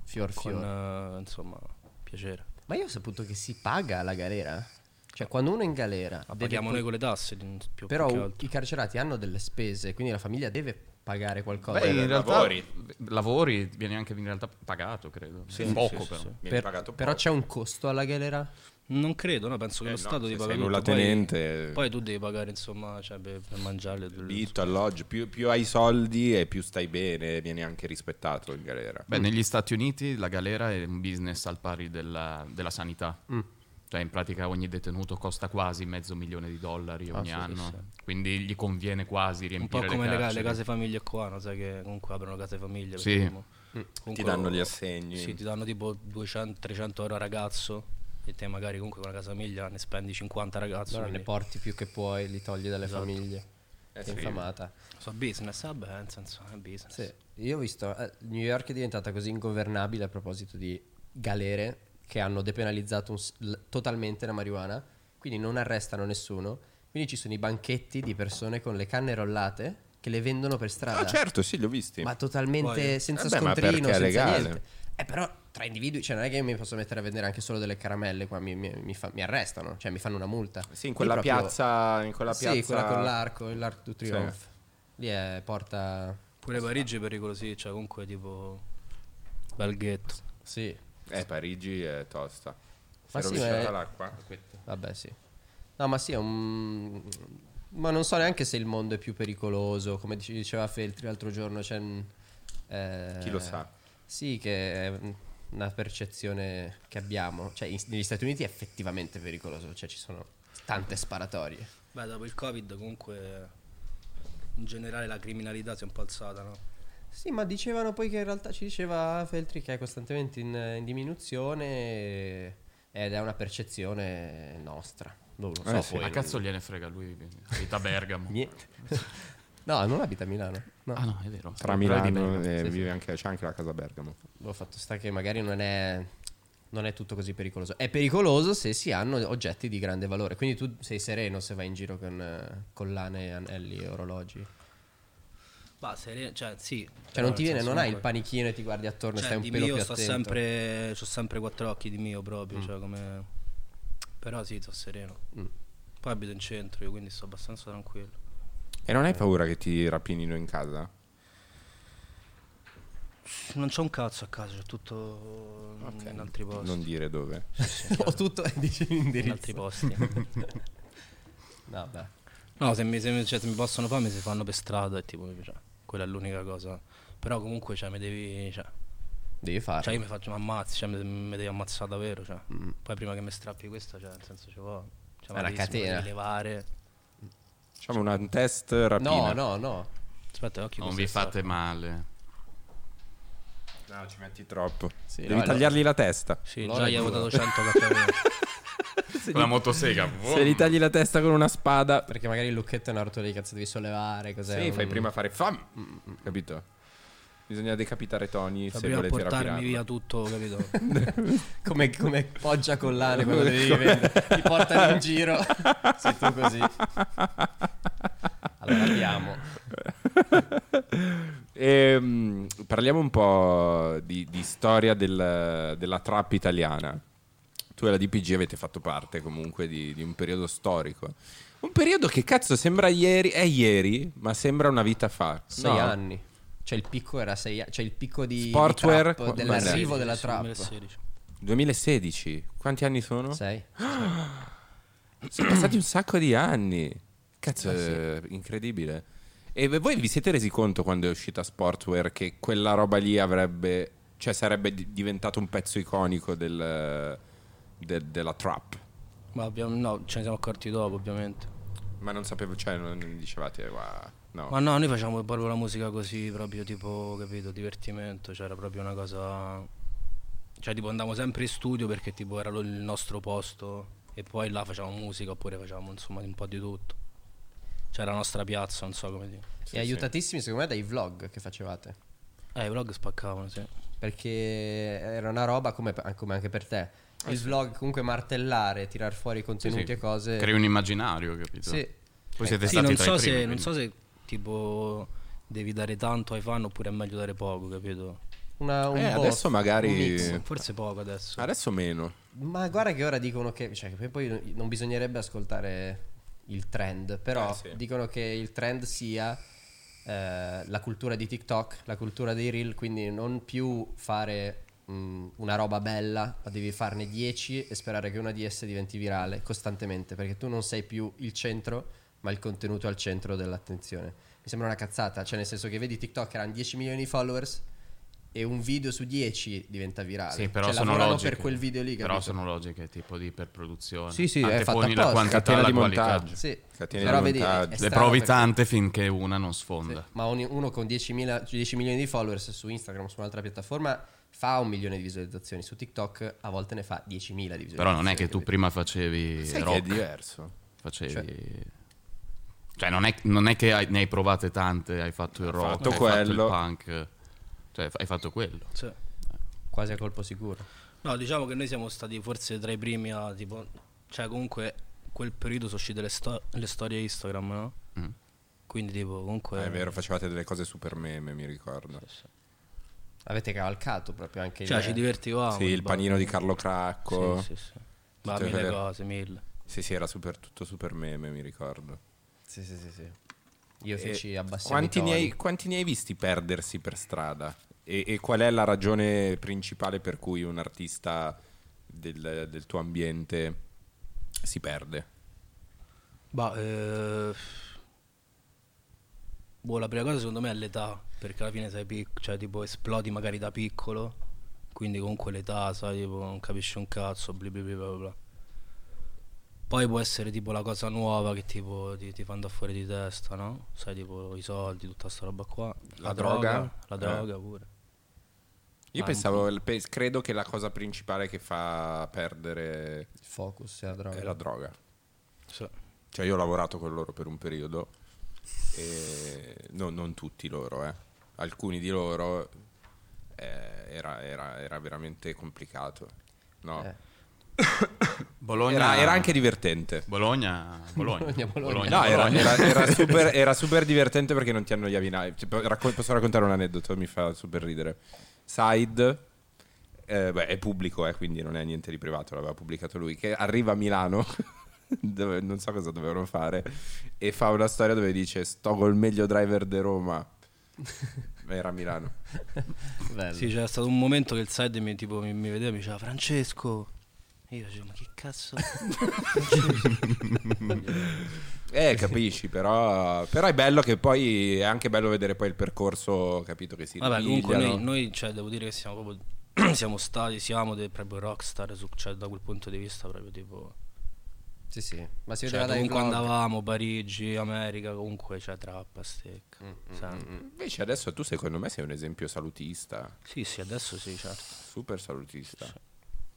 Speaker 3: Fior
Speaker 2: con,
Speaker 3: fior.
Speaker 2: eh, insomma, piacere.
Speaker 3: Ma io ho saputo che si paga la galera. Cioè, quando uno è in galera,
Speaker 2: La
Speaker 3: deve
Speaker 2: paghiamo
Speaker 3: poi-
Speaker 2: noi con le tasse, di- più,
Speaker 3: però
Speaker 2: più che altro.
Speaker 3: i carcerati hanno delle spese, quindi la famiglia deve pagare qualcosa.
Speaker 4: Beh, in realtà
Speaker 1: lavori.
Speaker 4: lavori, viene anche in realtà pagato, credo.
Speaker 2: sì,
Speaker 4: Poco
Speaker 2: sì,
Speaker 4: però.
Speaker 2: sì.
Speaker 1: Mi hai
Speaker 3: Per-
Speaker 1: pagato
Speaker 3: però
Speaker 1: poco.
Speaker 3: c'è un costo alla galera?
Speaker 2: Non credo, no, penso che
Speaker 1: Eh
Speaker 2: lo
Speaker 1: no,
Speaker 2: Stato
Speaker 1: se sei
Speaker 2: ti paga tutto,
Speaker 1: nullatenente-
Speaker 2: Poi, poi tu devi pagare, insomma, cioè, per, per mangiarle. per-
Speaker 1: Vitto, alloggio, più, più hai soldi e più stai bene, vieni anche rispettato in galera.
Speaker 3: Mm.
Speaker 4: Beh, negli Stati Uniti la galera è un business al pari della, della sanità.
Speaker 3: Mm.
Speaker 4: Cioè, in pratica ogni detenuto costa quasi mezzo milione di dollari ogni anno. Quindi gli conviene quasi
Speaker 2: Un po'
Speaker 4: riempire
Speaker 2: come le,
Speaker 4: le,
Speaker 2: ca- le
Speaker 4: carceri.
Speaker 2: case famiglie qua, no? sai che comunque aprono case famiglie.
Speaker 4: Sì.
Speaker 2: perché mo-
Speaker 3: Mm.
Speaker 2: comunque-
Speaker 1: Ti danno gli assegni.
Speaker 2: Sì, ti danno tipo 200-300 euro a ragazzo e te magari comunque con la casa famiglia ne spendi 50 ragazzi.
Speaker 3: Allora ne
Speaker 2: quindi-
Speaker 3: porti più che puoi, li togli dalle famiglie. È infamata.
Speaker 2: So business, vabbè, nel senso è business.
Speaker 3: Sì, io ho visto eh, New York è diventata così ingovernabile a proposito di galere che hanno depenalizzato un s- l- totalmente la marijuana, quindi non arrestano nessuno. Quindi ci sono i banchetti di persone con le canne rollate che le vendono per strada.
Speaker 1: Ah, certo, sì, li ho visti.
Speaker 3: Ma totalmente
Speaker 2: Poi-
Speaker 3: senza
Speaker 1: Vabbè, ma
Speaker 3: scontrino,
Speaker 1: perché è
Speaker 3: senza
Speaker 1: legale.
Speaker 3: niente. Eh, però tra individui, cioè non è che io mi posso mettere a vendere anche solo delle caramelle qua, mi, mi- mi fa- mi arrestano, cioè mi fanno una multa.
Speaker 1: Sì, in
Speaker 3: Lì
Speaker 1: quella
Speaker 3: proprio-
Speaker 1: piazza. In quella piazza...
Speaker 3: Sì, quella con l'arco, l'Arc du Triomphe. Lì è porta...
Speaker 2: Pure Parigi è pericolosi, cioè comunque tipo bel ghetto.
Speaker 3: Sì,
Speaker 1: Eh, Parigi è tosta. Si
Speaker 3: Ma
Speaker 1: è
Speaker 3: sì,
Speaker 1: rovesciata
Speaker 3: ma-
Speaker 1: l'acqua.
Speaker 3: Vabbè, sì. No, ma sì, è un... Ma non so neanche se il mondo è più pericoloso, come dice- diceva Feltri l'altro giorno, c'è... un- eh,
Speaker 1: Chi lo sa?
Speaker 3: Sì, che è una percezione che abbiamo. Cioè, in- negli Stati Uniti è effettivamente pericoloso, cioè ci sono tante sparatorie.
Speaker 2: Beh, dopo il Covid comunque in generale la criminalità si è un po' alzata, no?
Speaker 3: Sì, ma dicevano poi che in realtà ci diceva Feltri che è costantemente in, in diminuzione ed è una percezione nostra. Non lo so,
Speaker 4: Eh sì,
Speaker 3: poi
Speaker 4: ma
Speaker 3: non-
Speaker 4: cazzo gliene frega lui? Abita a Bergamo.
Speaker 3: Niente. no, non abita a Milano. No.
Speaker 4: ah no, è vero.
Speaker 1: Tra
Speaker 4: Però è di
Speaker 1: Milano e
Speaker 4: Bergamo.
Speaker 3: sì, sì.
Speaker 1: vive anche, c'è anche la casa Bergamo.
Speaker 3: Boh, fatto sta che magari non è, non è tutto così pericoloso. È pericoloso se si hanno oggetti di grande valore. Quindi tu sei sereno se vai in giro con eh, collane, anelli, orologi.
Speaker 2: Ma se, cioè sì.
Speaker 3: Cioè, non ti viene, non hai il panichino e ti guardi attorno e
Speaker 2: cioè,
Speaker 3: stai un
Speaker 2: di
Speaker 3: pelo
Speaker 2: mio
Speaker 3: più
Speaker 2: sto
Speaker 3: attento. Mm.
Speaker 2: sempre, c'ho sempre quattro occhi di mio proprio, cioè come... Però sì, sto sereno. Poi abito in centro, io quindi sto abbastanza tranquillo.
Speaker 1: E non hai paura che ti rapinino in casa?
Speaker 2: Non c'ho un cazzo a casa, c'ho tutto in altri
Speaker 3: Boh,
Speaker 2: posti.
Speaker 1: Non dire dove.
Speaker 3: Ho tutto e dici
Speaker 2: in
Speaker 3: l'indirizzo.
Speaker 2: cioè, altri posti.
Speaker 3: No, beh.
Speaker 2: No, se mi, se mi- cioè, se mi possono fare, mi si fanno per strada. E tipo, cioè, quella è l'unica cosa. Però comunque, cioè, mi devi. Cioè,
Speaker 3: Devi farlo.
Speaker 2: cioè, io mi faccio, mi ammazzi, cioè, mi, mi devi ammazzare davvero. Cioè. Poi prima che mi strappi questa, cioè, nel senso, ci va. Cioè,
Speaker 3: Mm. È
Speaker 2: ma
Speaker 3: la
Speaker 2: devi- mi
Speaker 3: catena.
Speaker 2: devi levare.
Speaker 1: Facciamo un test
Speaker 3: no,
Speaker 1: rapina.
Speaker 3: no, no.
Speaker 2: Aspetta, occhio.
Speaker 4: Non
Speaker 2: questa
Speaker 4: vi
Speaker 2: è strappa.
Speaker 4: fate male.
Speaker 1: No, ci metti troppo.
Speaker 3: Sì,
Speaker 1: Devi
Speaker 3: no,
Speaker 1: tagliargli la testa.
Speaker 2: Sì,
Speaker 3: Allora
Speaker 2: già gli
Speaker 3: è
Speaker 2: ho
Speaker 3: dura.
Speaker 2: votato 100 cappelli.
Speaker 4: Con la motosega.
Speaker 1: Se gli tagli la testa con una spada.
Speaker 3: Perché magari il lucchetto è una rotola di cazzo, devi sollevare. Cos'è?
Speaker 1: Sì,
Speaker 3: Un-
Speaker 1: fai prima fare
Speaker 3: Mm,
Speaker 1: fam. Capito? Bisogna decapitare Tony
Speaker 2: Fa
Speaker 1: se
Speaker 2: prima a
Speaker 1: volete
Speaker 2: portarmi via
Speaker 1: rapinarlo.
Speaker 2: tutto, capito?
Speaker 3: Come, come poggia collane quando devi vendere. Ti portano in giro. Sei tu così. Allora abbiamo.
Speaker 1: Ehm, parliamo un po' di, di storia del- della trap italiana. Tu e la DPG avete fatto parte comunque di, di un periodo storico. Un periodo che cazzo sembra ieri, è ieri, ma sembra una vita fa.
Speaker 3: Sei
Speaker 1: No.
Speaker 3: anni. Cioè il picco era sei anni. Cioè il picco di. di
Speaker 1: Sportwear,
Speaker 3: trap,
Speaker 1: qua-
Speaker 3: dell'arrivo della
Speaker 2: Sì,
Speaker 3: trap.
Speaker 2: 2016.
Speaker 1: 2016, quanti anni sono?
Speaker 3: Sei.
Speaker 1: Sono passati un sacco di anni. Cazzo, è incredibile. E v- voi vi siete resi conto quando è uscita Sportwear che quella roba lì avrebbe. cioè sarebbe di- diventato un pezzo iconico del- de- della trap.
Speaker 2: Ma abbiamo, no, ce ne siamo accorti dopo, ovviamente.
Speaker 1: Ma non sapevo, cioè, non dicevate, "Guarda, no.
Speaker 4: Oh.
Speaker 2: Ma no, noi facciamo proprio la musica così, proprio tipo, capito, divertimento, cioè era proprio una cosa... Cioè tipo andavamo sempre in studio perché tipo era lo- il nostro posto e poi là facevamo musica oppure facevamo insomma un po' di tutto. Cioè la nostra piazza, non so come dire.
Speaker 3: e aiutatissimi secondo me dai vlog che facevate.
Speaker 2: Eh, i vlog spaccavano, sì.
Speaker 3: Perché era una roba come, come anche per te.
Speaker 4: Eh,
Speaker 3: Il vlog comunque martellare, tirar fuori contenuti e cose.
Speaker 4: Crei un immaginario, capito?
Speaker 3: Sì.
Speaker 4: Poi siete
Speaker 2: Sì,
Speaker 4: stati
Speaker 2: non
Speaker 4: tra
Speaker 2: so,
Speaker 4: i
Speaker 2: se,
Speaker 4: primi,
Speaker 2: non so
Speaker 4: quindi.
Speaker 2: se tipo devi dare tanto ai fan oppure è meglio dare poco, capito?
Speaker 3: Una- un
Speaker 1: Eh,
Speaker 3: boss,
Speaker 1: adesso
Speaker 3: un
Speaker 1: magari.
Speaker 3: mix.
Speaker 2: Forse poco adesso.
Speaker 1: Adesso meno.
Speaker 3: Ma guarda che ora dicono che. Cioè, che poi non bisognerebbe ascoltare il trend. Però
Speaker 1: Eh, sì.
Speaker 3: dicono che il trend sia eh, la cultura di TikTok, la cultura dei reel. Quindi non più fare mh, una roba bella, ma devi farne 10 e sperare che una di esse diventi virale costantemente. Perché tu non sei più il centro, ma il contenuto al centro dell'attenzione. Mi sembra una cazzata. Cioè, nel senso che vedi TikTok erano 10 milioni di followers. E un video su 10 diventa virale.
Speaker 4: Sì, però
Speaker 3: Cioè,
Speaker 4: sono
Speaker 3: lavorano
Speaker 4: logiche.
Speaker 3: per quel video lì.
Speaker 4: Però
Speaker 3: capito?
Speaker 4: sono logiche, tipo di iperproduzione.
Speaker 3: Sì, sì, è
Speaker 4: Anteponi
Speaker 3: fatta
Speaker 4: la
Speaker 3: apposta.
Speaker 4: quantità
Speaker 1: Catena
Speaker 4: alla
Speaker 1: di
Speaker 4: qualità.
Speaker 1: montaggio.
Speaker 3: Sì,
Speaker 1: Catene
Speaker 3: però
Speaker 1: di
Speaker 3: vedi,
Speaker 1: montaggio.
Speaker 3: è
Speaker 1: Le
Speaker 4: Le
Speaker 3: strano
Speaker 4: provi
Speaker 3: perché-
Speaker 4: tante finché una non sfonda.
Speaker 3: Ma ogni- uno con 10.000 10 milioni di followers su Instagram, su un'altra piattaforma, fa un milione di visualizzazioni. Su TikTok a volte ne fa 10.000 di visualizzazioni.
Speaker 4: Però non è che tu
Speaker 3: capito?
Speaker 4: prima facevi
Speaker 1: Sai che è
Speaker 4: rock,
Speaker 1: diverso.
Speaker 4: facevi... Cioè, non, è, non è che hai- ne hai provate tante, hai fatto il rock,
Speaker 1: fatto
Speaker 4: hai
Speaker 1: quello.
Speaker 4: fatto il punk, cioè hai fatto quello.
Speaker 2: Sì.
Speaker 3: Quasi a colpo sicuro.
Speaker 2: No, diciamo che noi siamo stati forse tra i primi a tipo. Cioè, comunque, quel periodo sono uscite le, sto- le storie Instagram, no?
Speaker 4: Mm.
Speaker 2: Quindi, tipo, comunque.
Speaker 1: Ah, è vero, facevate delle cose super meme, mi ricordo.
Speaker 3: Avete cavalcato proprio anche
Speaker 2: Cioè,
Speaker 3: il...
Speaker 2: ci divertivamo.
Speaker 1: Sì, il
Speaker 2: ba-
Speaker 1: panino di Carlo Cracco.
Speaker 2: Sì, sì, sì. Ma
Speaker 1: Tutte
Speaker 2: mille
Speaker 1: quelle-
Speaker 2: cose, mille.
Speaker 1: Sì, sì, era super, tutto super meme, mi ricordo.
Speaker 3: Sì, sì, sì, sì. Io
Speaker 4: Eh,
Speaker 1: E
Speaker 3: feci abbassiamo
Speaker 1: Eh, quanti,
Speaker 3: i
Speaker 1: ne
Speaker 3: toni.
Speaker 1: hai, quanti ne hai visti perdersi per strada? E, e qual è la ragione principale per cui un artista del, del tuo ambiente si perde?
Speaker 2: Bah, eh, boh, la prima cosa secondo me è l'età, perché alla fine sei piccolo, cioè tipo esplodi magari da piccolo, quindi comunque l'età, sai, tipo non capisci un cazzo, bli bli bli bla bla bla. Poi può essere tipo la cosa nuova che tipo ti, ti fa andare fuori di testa, no? Sai, tipo i soldi, tutta sta roba qua.
Speaker 1: La droga?
Speaker 2: La
Speaker 1: Eh.
Speaker 2: droga pure.
Speaker 1: Io
Speaker 2: Ah,
Speaker 1: pensavo, pe- credo che la cosa principale che fa perdere
Speaker 3: Il focus e la droga.
Speaker 1: è la droga.
Speaker 2: Sì.
Speaker 1: Cioè, io ho lavorato con loro per un periodo, e no- non tutti loro, eh. alcuni di loro eh, era, era- era veramente complicato. No.
Speaker 3: Eh.
Speaker 4: Bologna...
Speaker 1: Era, era anche divertente.
Speaker 4: Bologna, Bologna,
Speaker 3: Bologna, Bologna.
Speaker 4: Bologna,
Speaker 1: No, era,
Speaker 4: Bologna.
Speaker 1: era- era super, era super divertente perché non ti annoiavi mai. Tipo, racco- posso raccontare un aneddoto? Mi fa super ridere. Side, eh, beh, è pubblico, eh, quindi non è niente di privato, l'aveva pubblicato lui, che arriva a Milano. dove non so cosa dovevano fare e fa una storia dove dice sto col meglio driver di Roma Era a Milano.
Speaker 3: Bello.
Speaker 2: Sì, c'era stato un momento che il side mi, tipo, mi, mi vedeva e mi diceva Francesco. E io dicevo, ma che cazzo?
Speaker 1: Eh, capisci, però, però è bello che poi è anche bello vedere poi il percorso, capito che si
Speaker 2: Vabbè, comunque
Speaker 1: ripigliano.
Speaker 2: noi, noi, cioè, devo dire che siamo proprio. siamo stati, siamo dei proprio rockstar, su- cioè, da quel punto di vista, proprio tipo.
Speaker 3: Sì, sì. Ma si
Speaker 2: Cioè,
Speaker 3: vedeva dai
Speaker 2: comunque
Speaker 3: vlog.
Speaker 2: andavamo, Parigi, America, comunque c'è trappa, stecca.
Speaker 1: Mm,
Speaker 2: Cioè, sempre.
Speaker 1: Invece adesso tu secondo me sei un esempio salutista,
Speaker 2: Sì, sì, adesso sì, certo.
Speaker 1: super salutista.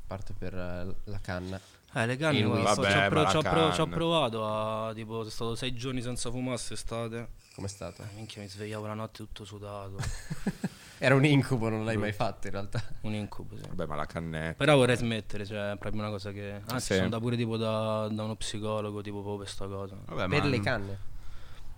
Speaker 3: Parto per eh, la canna.
Speaker 2: Eh, le canne,
Speaker 3: Il
Speaker 2: guarda,
Speaker 1: whisky.
Speaker 2: ci ho
Speaker 1: Vabbè,
Speaker 2: pro-
Speaker 1: ma la
Speaker 2: ci ho pro- ci ho
Speaker 1: canna.
Speaker 2: provato a, tipo, sono stato sei giorni senza fumare quest'estate.
Speaker 3: Com'è stato?
Speaker 2: Eh, minchia, mi svegliavo la notte tutto sudato.
Speaker 3: Era un incubo, non l'hai mai fatto in realtà.
Speaker 2: Un incubo, sì.
Speaker 1: Vabbè, ma la cannetta.
Speaker 2: Però vorrei smettere, cioè, è proprio una cosa che... Anzi,
Speaker 1: Sì.
Speaker 2: sono da pure tipo da, da uno psicologo, tipo, proprio per sta cosa.
Speaker 4: Vabbè,
Speaker 3: per
Speaker 4: ma-
Speaker 1: mm,
Speaker 3: le canne.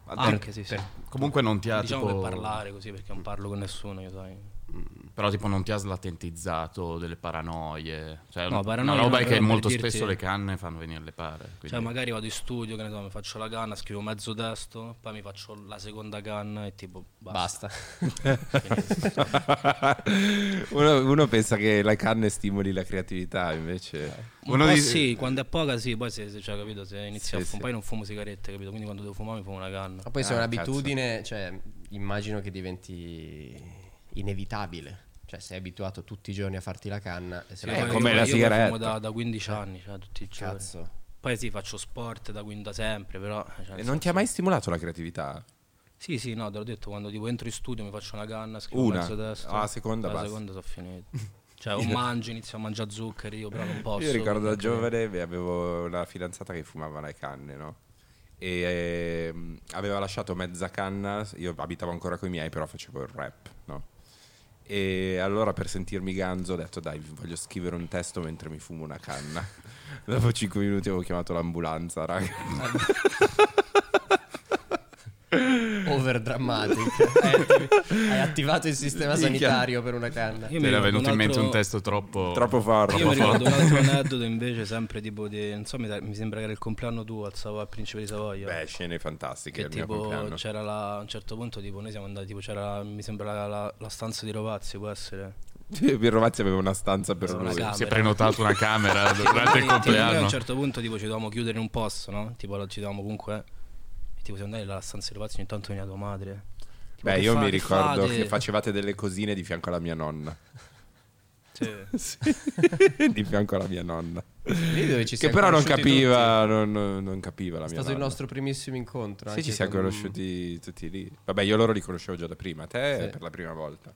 Speaker 2: Anche, sì, sì.
Speaker 4: Comunque non ti ha
Speaker 2: diciamo
Speaker 4: tipo,
Speaker 2: per parlare così, perché non parlo con nessuno, io sai. Cioè,
Speaker 4: Però tipo non ti ha slatentizzato delle paranoie. Cioè,
Speaker 2: No,
Speaker 4: no,
Speaker 2: paranoie
Speaker 4: una roba
Speaker 2: no,
Speaker 4: è
Speaker 2: però
Speaker 4: che
Speaker 2: per
Speaker 4: molto
Speaker 2: dirti-
Speaker 4: spesso le canne fanno venire le pare. quindi-
Speaker 2: Cioè, magari vado in studio, che ne so, mi faccio la canna, scrivo mezzo testo, poi mi faccio la seconda canna e tipo, basta.
Speaker 3: Basta.
Speaker 1: uno, uno pensa che la canne stimoli la creatività, invece...
Speaker 2: Un
Speaker 4: Uno
Speaker 2: po'
Speaker 4: di-
Speaker 2: sì, quando è poca sì, poi se, se- cioè, capito, se inizio
Speaker 1: Sì,
Speaker 2: a fumare,
Speaker 1: sì.
Speaker 2: poi non fumo sigarette, capito, quindi quando devo fumare mi fumo una canna.
Speaker 3: Ma poi se è
Speaker 1: Ah,
Speaker 3: un'abitudine, cioè, immagino che diventi inevitabile. Cioè, sei abituato tutti i giorni a farti la canna e se
Speaker 2: Sì,
Speaker 3: la
Speaker 1: Eh,
Speaker 2: poi
Speaker 3: fai-
Speaker 2: io-
Speaker 1: come
Speaker 2: io
Speaker 1: la
Speaker 2: poi
Speaker 1: sigaretta.
Speaker 2: fumo da, da 15 anni, cioè, tutti i giorni.
Speaker 3: Cazzo.
Speaker 2: Poi sì, faccio sport da, quin- da sempre, però... cioè,
Speaker 1: E non ti ha mai stimolato la creatività?
Speaker 2: Sì, sì, no, te l'ho detto, quando tipo entro in studio mi faccio una canna, scrivo
Speaker 1: Una?
Speaker 2: mezzo testo.
Speaker 1: Ah, seconda,
Speaker 2: la
Speaker 1: basta.
Speaker 2: seconda sono finito. Cioè, o mangio, inizio a mangiare zuccheri, io però non posso.
Speaker 1: Io ricordo da
Speaker 2: quindi-
Speaker 1: giovane beh, avevo una fidanzata che fumava le canne, no? E ehm, aveva lasciato mezza canna, io abitavo ancora con i miei, però facevo il rap, no? E allora per sentirmi ganzo ho detto dai, voglio scrivere un testo mentre mi fumo una canna. Dopo 5 minuti avevo chiamato l'ambulanza, raga.
Speaker 3: Overdrammatic. Hai attiv- Eh, Hai attivato il sistema sanitario per una canna.
Speaker 2: Io mi
Speaker 4: Ti era
Speaker 2: ricordo
Speaker 4: venuto in mente
Speaker 2: altro-
Speaker 4: un testo troppo...
Speaker 1: Troppo forte.
Speaker 2: Io mi ricordo un altro aneddoto invece, sempre tipo di. Non so, mi, mi sembra che era il compleanno tuo al, Savo- al Principe di Savoia.
Speaker 1: Beh, scene fantastiche
Speaker 2: che
Speaker 1: al mio
Speaker 2: tipo
Speaker 1: compleanno.
Speaker 2: c'era la, a un certo punto, tipo, noi siamo andati, tipo, c'era, mi sembra la, la- la stanza di Rovazzi, può essere.
Speaker 1: Rovazzi aveva una stanza per
Speaker 2: Una
Speaker 1: lui.
Speaker 2: camera.
Speaker 4: Si è prenotato una camera durante il
Speaker 2: Quindi, tipo, noi a
Speaker 4: compleanno.
Speaker 2: un certo punto tipo ci dovevamo chiudere in un posto, no? Tipo lo- ci dovevamo comunque. E tipo siamo andati alla stanza di Rovazzi, ogni tanto veniva tua madre. Tipo,
Speaker 1: Beh,
Speaker 2: "Che
Speaker 1: io
Speaker 2: fa-
Speaker 1: mi
Speaker 2: che
Speaker 1: ricordo
Speaker 2: fate?"
Speaker 1: che facevate delle cosine di fianco alla mia nonna.
Speaker 2: Sì.
Speaker 1: di fianco alla mia nonna.
Speaker 3: Lì dove ci
Speaker 1: Che
Speaker 3: siamo
Speaker 1: però non
Speaker 3: conosciuti
Speaker 1: capiva, non, non- non capiva la
Speaker 3: tutti. È
Speaker 1: mia
Speaker 3: stato il
Speaker 1: nonna.
Speaker 3: nostro primissimo incontro.
Speaker 1: Sì,
Speaker 3: anche
Speaker 1: ci siamo
Speaker 3: con-
Speaker 1: conosciuti tutti lì. Vabbè, io loro li conoscevo già da prima, te
Speaker 3: Sì.
Speaker 1: per la prima volta.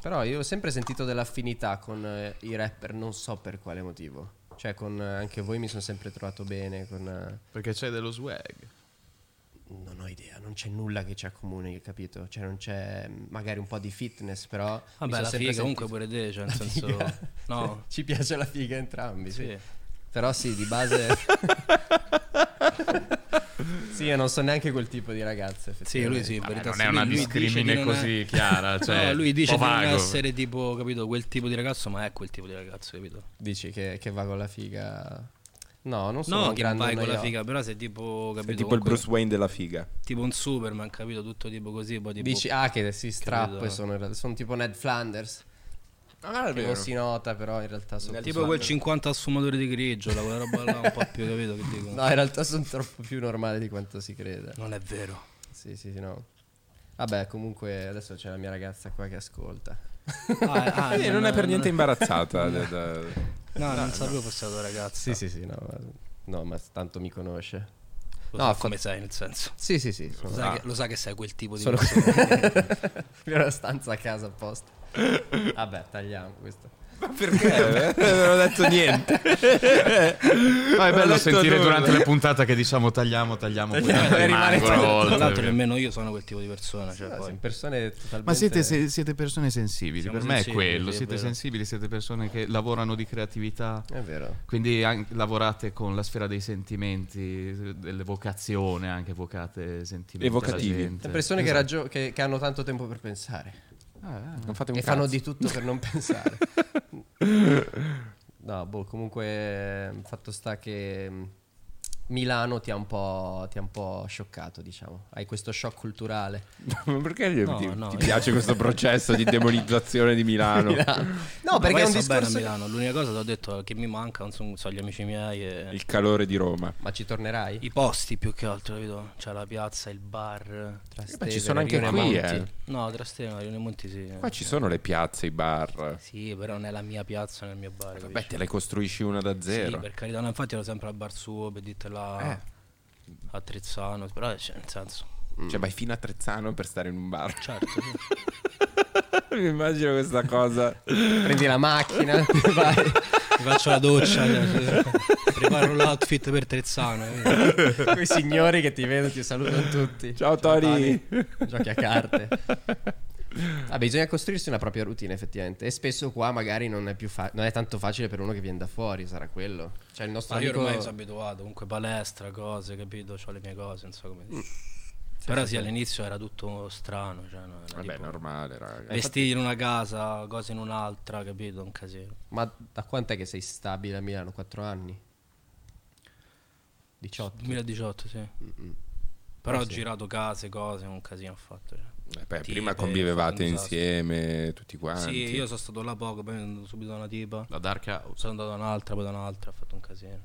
Speaker 3: Però io ho sempre sentito dell'affinità con eh, i rapper, non so per quale motivo. Cioè, con eh, anche voi mi sono sempre trovato bene. Con, eh,
Speaker 4: Perché c'è dello swag.
Speaker 3: non ho idea, non c'è nulla che c'ha comune, capito? Cioè, non c'è mm, magari un po' di fitness, però. mi
Speaker 2: Vabbè,
Speaker 3: sono
Speaker 2: la
Speaker 3: sempre
Speaker 2: figa comunque
Speaker 3: sentito-
Speaker 2: pure te, cioè, nel
Speaker 3: La
Speaker 2: senso.
Speaker 3: figa.
Speaker 2: No.
Speaker 3: Ci piace la figa entrambi, sì.
Speaker 2: Sì.
Speaker 3: Però sì, di base. sì, io non so neanche quel tipo di ragazze.
Speaker 2: Sì, lui sì,
Speaker 4: Vabbè,
Speaker 2: per
Speaker 4: non è una discrimine così chiara, cioè,
Speaker 2: no, lui dice
Speaker 4: un
Speaker 2: di
Speaker 4: po'
Speaker 2: non
Speaker 4: vago.
Speaker 2: essere tipo, capito, quel tipo di ragazzo, ma è quel tipo di ragazzo, capito?
Speaker 3: Dici che, che va con la figa. No, non sono
Speaker 2: No,
Speaker 3: un
Speaker 2: che
Speaker 3: grande
Speaker 2: vai con la
Speaker 3: noiò.
Speaker 2: figa, però sei tipo, capito,
Speaker 1: È tipo il
Speaker 2: comunque-
Speaker 1: Bruce Wayne della figa.
Speaker 2: tipo un Superman, capito, tutto tipo così, poi tipo
Speaker 3: Dici, ah, che si strappa e
Speaker 2: capito.
Speaker 3: sono, in realtà- sono tipo Ned Flanders.
Speaker 1: Ah,
Speaker 3: Che non si nota, però in realtà sono.
Speaker 2: tipo quel 50 sfumatori di grigio, la quella roba là un po' più, capito che dico?
Speaker 3: No, in realtà sono troppo più normale di quanto si creda.
Speaker 2: Non è vero.
Speaker 3: Sì, sì, sì, no. Vabbè, comunque adesso c'è la mia ragazza qua che ascolta.
Speaker 2: Ah,
Speaker 1: Eh, non è per niente imbarazzata. da- da-
Speaker 2: No, non sapevo fosse la tua ragazza.
Speaker 3: Sì, sì, sì, no, ma, no, ma tanto mi conosce.
Speaker 2: Lo
Speaker 3: No, Ah.
Speaker 2: sa
Speaker 3: ha
Speaker 2: come
Speaker 3: fatto-
Speaker 2: sei nel senso.
Speaker 3: Sì, sì, sì.
Speaker 2: Lo
Speaker 3: Sono,
Speaker 2: sa, che, lo sa che sei quel tipo di
Speaker 3: sono...
Speaker 2: persona.
Speaker 3: Era una stanza a casa apposta. Vabbè, tagliamo questo.
Speaker 1: Perché? non ho detto niente.
Speaker 4: Ah, è
Speaker 1: bello
Speaker 4: bello
Speaker 1: detto sentire
Speaker 4: sentire
Speaker 1: nulla. durante
Speaker 4: durante le puntate che diciamo tagliamo, tagliamo,
Speaker 2: Eh,
Speaker 3: Tagliamo, poi rimane rimangono tagliato.
Speaker 2: Tra l'altro nemmeno io sono quel tipo di persona, cioè
Speaker 3: No,
Speaker 2: poi-
Speaker 3: sono persone totalmente...
Speaker 4: Ma siete, se- siete persone sensibili,
Speaker 2: Siamo
Speaker 4: per me è
Speaker 2: sensibili,
Speaker 4: quello,
Speaker 2: sì, è
Speaker 4: siete
Speaker 2: vero.
Speaker 4: sensibili, siete persone che lavorano di creatività,
Speaker 3: È vero.
Speaker 4: quindi an- lavorate con la sfera dei sentimenti, dell'evocazione, anche evocate sentimenti. alla
Speaker 1: Evocativi.
Speaker 4: gente.
Speaker 3: Sono persone che, raggio- che- che hanno tanto tempo per pensare.
Speaker 1: Non fate un
Speaker 3: E
Speaker 1: cazzo.
Speaker 3: fanno di tutto per non pensare. No, boh, comunque eh, fatto sta ehm, che mh, Milano ti ha un po', ti ha un po' scioccato, diciamo. Hai questo shock culturale.
Speaker 1: Ma perché gli-
Speaker 2: No,
Speaker 1: ti,
Speaker 2: no,
Speaker 1: ti
Speaker 2: io-
Speaker 1: piace questo processo di demonizzazione di
Speaker 2: Ah,
Speaker 1: Milano?
Speaker 3: No, perché è un
Speaker 2: sto bene a
Speaker 3: discorso...
Speaker 2: Milano. L'unica cosa che ho detto è che mi manca, insomma, sono gli amici miei e
Speaker 1: Il calore di Roma.
Speaker 3: Ma ci tornerai?
Speaker 2: i posti più che altro, capito? C'è la piazza, il bar.
Speaker 1: Ma
Speaker 3: Trastevere,
Speaker 1: ci sono anche
Speaker 3: Rione
Speaker 1: qui,
Speaker 3: Monti.
Speaker 1: eh.
Speaker 2: No, Trastevere, Rione Monti sì.
Speaker 1: Qua ci sono le piazze, i bar.
Speaker 2: Sì, però non è la mia piazza, nel mio bar. capisci?
Speaker 1: Beh, te le costruisci una da
Speaker 2: Sì,
Speaker 1: zero.
Speaker 2: per carità, no, infatti ero sempre al bar suo per dirtela
Speaker 1: Eh.
Speaker 2: a Trezzano, però c'è nel senso.
Speaker 1: Cioè, vai fino a Trezzano per stare in un bar.
Speaker 2: Certo, sì.
Speaker 1: Mi immagino questa cosa.
Speaker 3: Prendi la macchina, vai.
Speaker 2: mi faccio la doccia, cioè, sì. preparo l'outfit per Trezzano. eh, capito?
Speaker 3: Quei signori che ti vedono ti salutano tutti.
Speaker 1: Ciao, Tori.
Speaker 3: Tony. Giochi a carte. Ah, bisogna costruirsi una propria routine effettivamente e spesso qua magari non è, più fa- non è tanto facile per uno che viene da fuori, sarà quello. Cioè il nostro
Speaker 2: Ma io
Speaker 3: amico-
Speaker 1: ecco.
Speaker 2: ormai sono abituato, comunque palestra, cose, capito? Ho le mie cose, non so
Speaker 1: Mm,
Speaker 2: come dire. Però sì, all'inizio era tutto strano, cioè, no, era
Speaker 1: Vabbè,
Speaker 2: tipo
Speaker 1: normale, raga.
Speaker 2: vestiti in una casa, cose in un'altra, capito? Un casino.
Speaker 3: Ma da quant'è che sei stabile a Milano? 4 anni? 18.
Speaker 2: 2018, sì.
Speaker 1: Mm, Eh,
Speaker 2: Però ho girato case, cose, un casino ho fatto. cioè.
Speaker 1: Beh,
Speaker 2: Tipe,
Speaker 1: prima convivevate
Speaker 2: fatto un disastro.
Speaker 1: insieme tutti quanti.
Speaker 2: Sì, io sono stato là poco, poi sono andato subito da una tipa.
Speaker 4: La Dark House.
Speaker 2: Sono andato da un'altra, poi da un'altra, ho fatto un casino.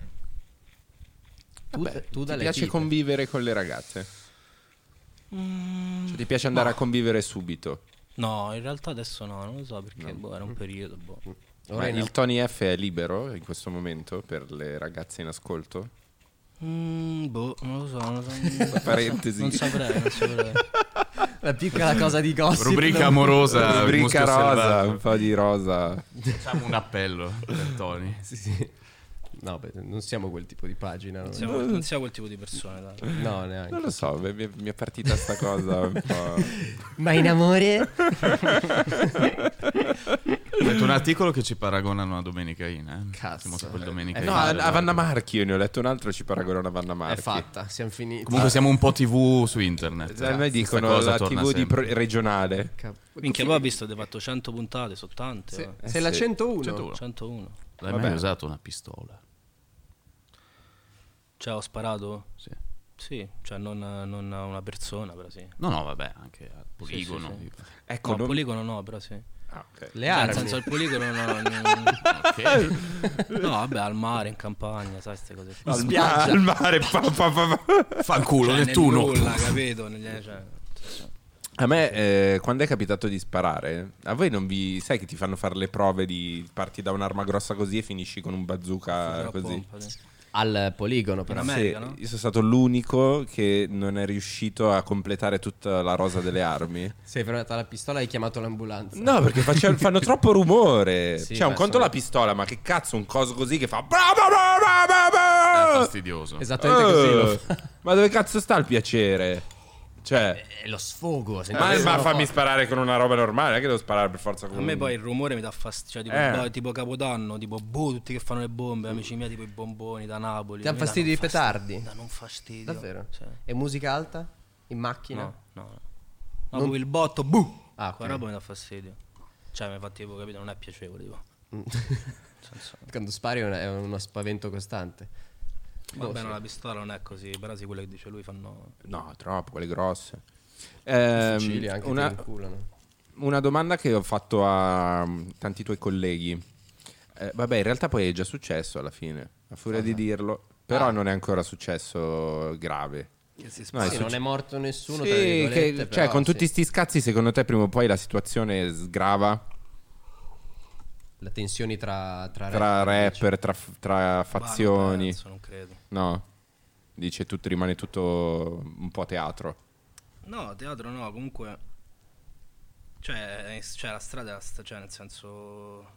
Speaker 3: Tu, tu
Speaker 1: Ti
Speaker 3: dalle
Speaker 1: piace
Speaker 3: tipe.
Speaker 1: convivere con le ragazze? Cioè, ti piace andare a convivere subito?
Speaker 2: No, in realtà adesso no, non lo so perché boh, era un periodo. boh.
Speaker 1: Ma
Speaker 3: Ora in-
Speaker 1: il Tony F è libero in questo momento per le ragazze in ascolto?
Speaker 2: Mm, boh, non lo so. Non, lo so,
Speaker 1: Parentesi.
Speaker 2: non saprei, non saprei.
Speaker 3: La piccola cosa di gossip.
Speaker 4: Rubrica amorosa.
Speaker 1: Rubrica
Speaker 4: Muschio
Speaker 1: rosa,
Speaker 4: selvaggio.
Speaker 1: un po' di rosa.
Speaker 4: Facciamo un appello per Tony.
Speaker 3: Sì, sì. No, beh, non siamo quel tipo di pagina. no.
Speaker 2: Non siamo, non siamo quel tipo di persone, dai.
Speaker 3: No,
Speaker 1: Non
Speaker 3: neanche.
Speaker 1: lo so, mi mi- mi è partita sta cosa un po'.
Speaker 3: Ma in amore?
Speaker 4: Ho letto un articolo che ci paragonano a Domenicaina. Eh.
Speaker 3: Cazzo.
Speaker 4: Siamo sempre il
Speaker 1: Eh,
Speaker 4: Domenicaina.
Speaker 1: no, a, a Vanna Marchio ne ho letto un altro, ci paragonano a Vanna
Speaker 3: È
Speaker 1: Marchi.
Speaker 3: fatta, siamo finiti. Ah,
Speaker 4: Comunque siamo un po' TV su internet. eh.
Speaker 1: Da noi
Speaker 4: Questa
Speaker 1: Cioè, dicono
Speaker 4: Esatto. cosa
Speaker 1: la
Speaker 4: torna
Speaker 1: TV di
Speaker 4: sempre.
Speaker 1: pro- eh, regionale.
Speaker 3: Cap-
Speaker 2: Minchia, poi ho visto che hai fatto 100 puntate, sono tante.
Speaker 3: Se-
Speaker 2: eh.
Speaker 3: sei la
Speaker 1: sì.
Speaker 3: 101.
Speaker 4: 101.
Speaker 2: 101.
Speaker 4: L'hai mai usato una pistola?
Speaker 2: Cioè, ho sparato?
Speaker 4: Sì.
Speaker 2: Sì, cioè non, non a una persona, però sì.
Speaker 4: No, no, vabbè, anche al poligono.
Speaker 2: sì,
Speaker 1: Ecco,
Speaker 2: No, al
Speaker 1: non-
Speaker 2: poligono no, però sì.
Speaker 1: Ah, ok.
Speaker 3: Le
Speaker 2: Cioè, nel
Speaker 3: armi.
Speaker 2: senso al poligono no, non-
Speaker 4: Ok.
Speaker 2: no, vabbè, al mare, in campagna, sai queste cose. qui.
Speaker 1: Al, ma- al mare. pa- pa- pa- pa.
Speaker 4: Fanculo,
Speaker 2: Cioè, nel
Speaker 4: Nettuno.
Speaker 2: nulla, capito? Nel- cioè,
Speaker 3: Eh,
Speaker 1: A me, eh, quando è capitato di sparare, a voi non vi... Sai che ti fanno fare le prove di... Parti da un'arma grossa così e finisci con un bazooka
Speaker 2: però
Speaker 1: così.
Speaker 2: pompa, sì.
Speaker 3: Al poligono, però.
Speaker 2: In America, no?
Speaker 1: Io sono stato l'unico che non è riuscito a completare tutta la rosa delle armi.
Speaker 3: Sei fermata la pistola e hai chiamato l'ambulanza.
Speaker 1: No, perché faccia- fanno troppo rumore.
Speaker 3: Sì,
Speaker 1: cioè, un
Speaker 3: beh,
Speaker 1: conto
Speaker 3: sono-
Speaker 1: la pistola, ma che cazzo, un coso così che fa. bra, bra, bra, bra, bra,
Speaker 4: È
Speaker 1: bra.
Speaker 4: fastidioso.
Speaker 1: Esatto.
Speaker 3: Esattamente così. Lo, fa.
Speaker 1: Eh, ma dove cazzo sta il piacere? Cioè,
Speaker 3: Eh, lo sfogo. senti,
Speaker 1: ma,
Speaker 3: sono
Speaker 1: ma
Speaker 3: forte.
Speaker 1: fammi sparare con una roba normale, non è che devo sparare per forza con
Speaker 2: A me
Speaker 1: un-
Speaker 2: poi il rumore mi dà fastidio, cioè,
Speaker 1: Eh.
Speaker 2: tipo, boh, tipo Capodanno, tipo boh, tutti che fanno le bombe, amici miei, tipo i bomboni da Napoli.
Speaker 3: Ti danno
Speaker 2: Mi danno
Speaker 3: fastidio i
Speaker 2: fastidio,
Speaker 3: petardi?
Speaker 2: mi Danno un fastidio.
Speaker 3: Davvero?
Speaker 2: Sì.
Speaker 3: E musica alta? In macchina?
Speaker 2: No, no, no. Ma proprio il botto, buh!
Speaker 3: Ah, ok.
Speaker 2: Quella roba mi dà fastidio. Cioè, mi fa tipo, capito, non è piacevole, tipo. Nel senso-
Speaker 3: Quando spari è un- è uno spavento costante. Boh,
Speaker 2: Vabbè, no, la pistola non è così, però sì, quelle che dice lui fanno...
Speaker 1: No, troppo, quelle grosse. Ehm,
Speaker 3: Fucili anche
Speaker 1: una,
Speaker 3: ti inculano.
Speaker 1: una domanda che ho fatto a mm, tanti tuoi colleghi. Eh, vabbè, in realtà poi è già successo alla fine, a furia di dirlo. Però non è ancora successo grave. No, è
Speaker 3: Sì, non è morto nessuno,
Speaker 1: Eh, Sì,
Speaker 3: tra virgolette,
Speaker 1: che-
Speaker 3: però,
Speaker 1: cioè, con
Speaker 3: sì.
Speaker 1: tutti sti scazzi, secondo te prima o poi la situazione sgrava
Speaker 3: Le tensioni tra... Tra,
Speaker 1: tra
Speaker 3: rap,
Speaker 1: rapper, tra, tra
Speaker 2: Bah, non
Speaker 1: fazioni?
Speaker 2: penso, non credo.
Speaker 1: No, dice tutto, rimane tutto un po' teatro.
Speaker 2: No, teatro no, comunque... Cioè, eh, cioè, la strada, è la sta- cioè, nel senso...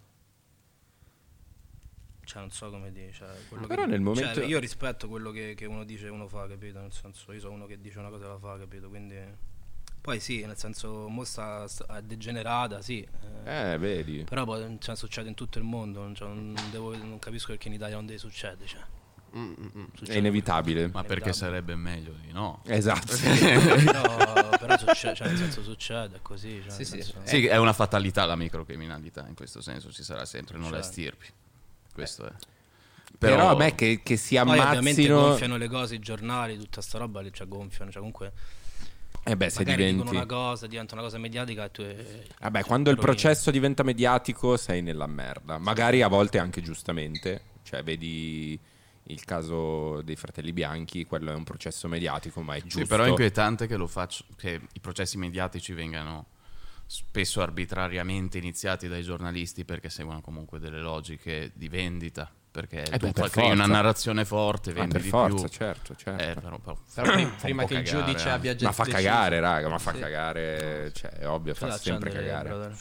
Speaker 2: Cioè, non so come dire. cioè, quello
Speaker 1: Però
Speaker 2: che-
Speaker 1: nel
Speaker 2: cioè,
Speaker 1: momento-
Speaker 2: io rispetto quello che, che uno dice e uno fa, capito? Nel senso, io sono uno che dice una cosa e la fa, capito? Quindi... Poi sì, nel senso, mo sta, sta- è degenerata, sì. eh,
Speaker 1: Eh, vedi.
Speaker 2: Però poi, cioè, succede in tutto il mondo, non, cioè, non devo- non capisco perché in Italia non deve succedere. Cioè.
Speaker 1: È inevitabile.
Speaker 4: Ma perché sarebbe meglio di no?
Speaker 1: Esatto.
Speaker 2: però, però succede, cioè, nel senso succede, è così. Cioè, nel
Speaker 3: sì.
Speaker 1: Eh,
Speaker 2: senso-
Speaker 4: Sì, è una fatalità la microcriminalità, in questo senso ci sarà sempre, non la estirpi. Questo è.
Speaker 1: Certo. Però,
Speaker 4: Però-
Speaker 1: a me che, che si
Speaker 2: Poi ovviamente
Speaker 1: ammazzino...
Speaker 2: gonfiano le cose, i giornali, tutta sta roba, li- cioè gonfiano, cioè comunque
Speaker 1: Eh beh, se
Speaker 2: magari dicono
Speaker 1: diventi...
Speaker 2: una cosa, diventa una cosa mediatica e tu... eh,
Speaker 1: Vabbè, quando il
Speaker 2: rovini.
Speaker 1: processo diventa mediatico sei nella merda. Magari a volte anche giustamente. Cioè, vedi il caso dei fratelli bianchi, quello è un processo mediatico, ma è giusto.
Speaker 4: Sì, però è inquietante che, lo faccio, che i processi mediatici vengano spesso arbitrariamente iniziati dai giornalisti perché seguono comunque delle logiche di vendita. Perché tu
Speaker 1: Eh, beh, per
Speaker 4: fa- crei una
Speaker 1: forza.
Speaker 4: narrazione forte,
Speaker 1: Ma
Speaker 4: vendi
Speaker 1: per
Speaker 4: di
Speaker 1: forza,
Speaker 4: più.
Speaker 1: certo, certo.
Speaker 4: Eh, però- però-
Speaker 3: Però prima,
Speaker 4: fa
Speaker 3: prima
Speaker 4: un po'
Speaker 3: che il
Speaker 4: cagare,
Speaker 3: giudice
Speaker 4: eh.
Speaker 3: abbia già
Speaker 1: Ma fa
Speaker 3: deciso-
Speaker 1: cagare, raga, ma fa
Speaker 3: Sì.
Speaker 1: cagare, cioè, è ovvio, fa
Speaker 2: Là
Speaker 1: sempre
Speaker 2: accendere,
Speaker 1: cagare.
Speaker 2: brother.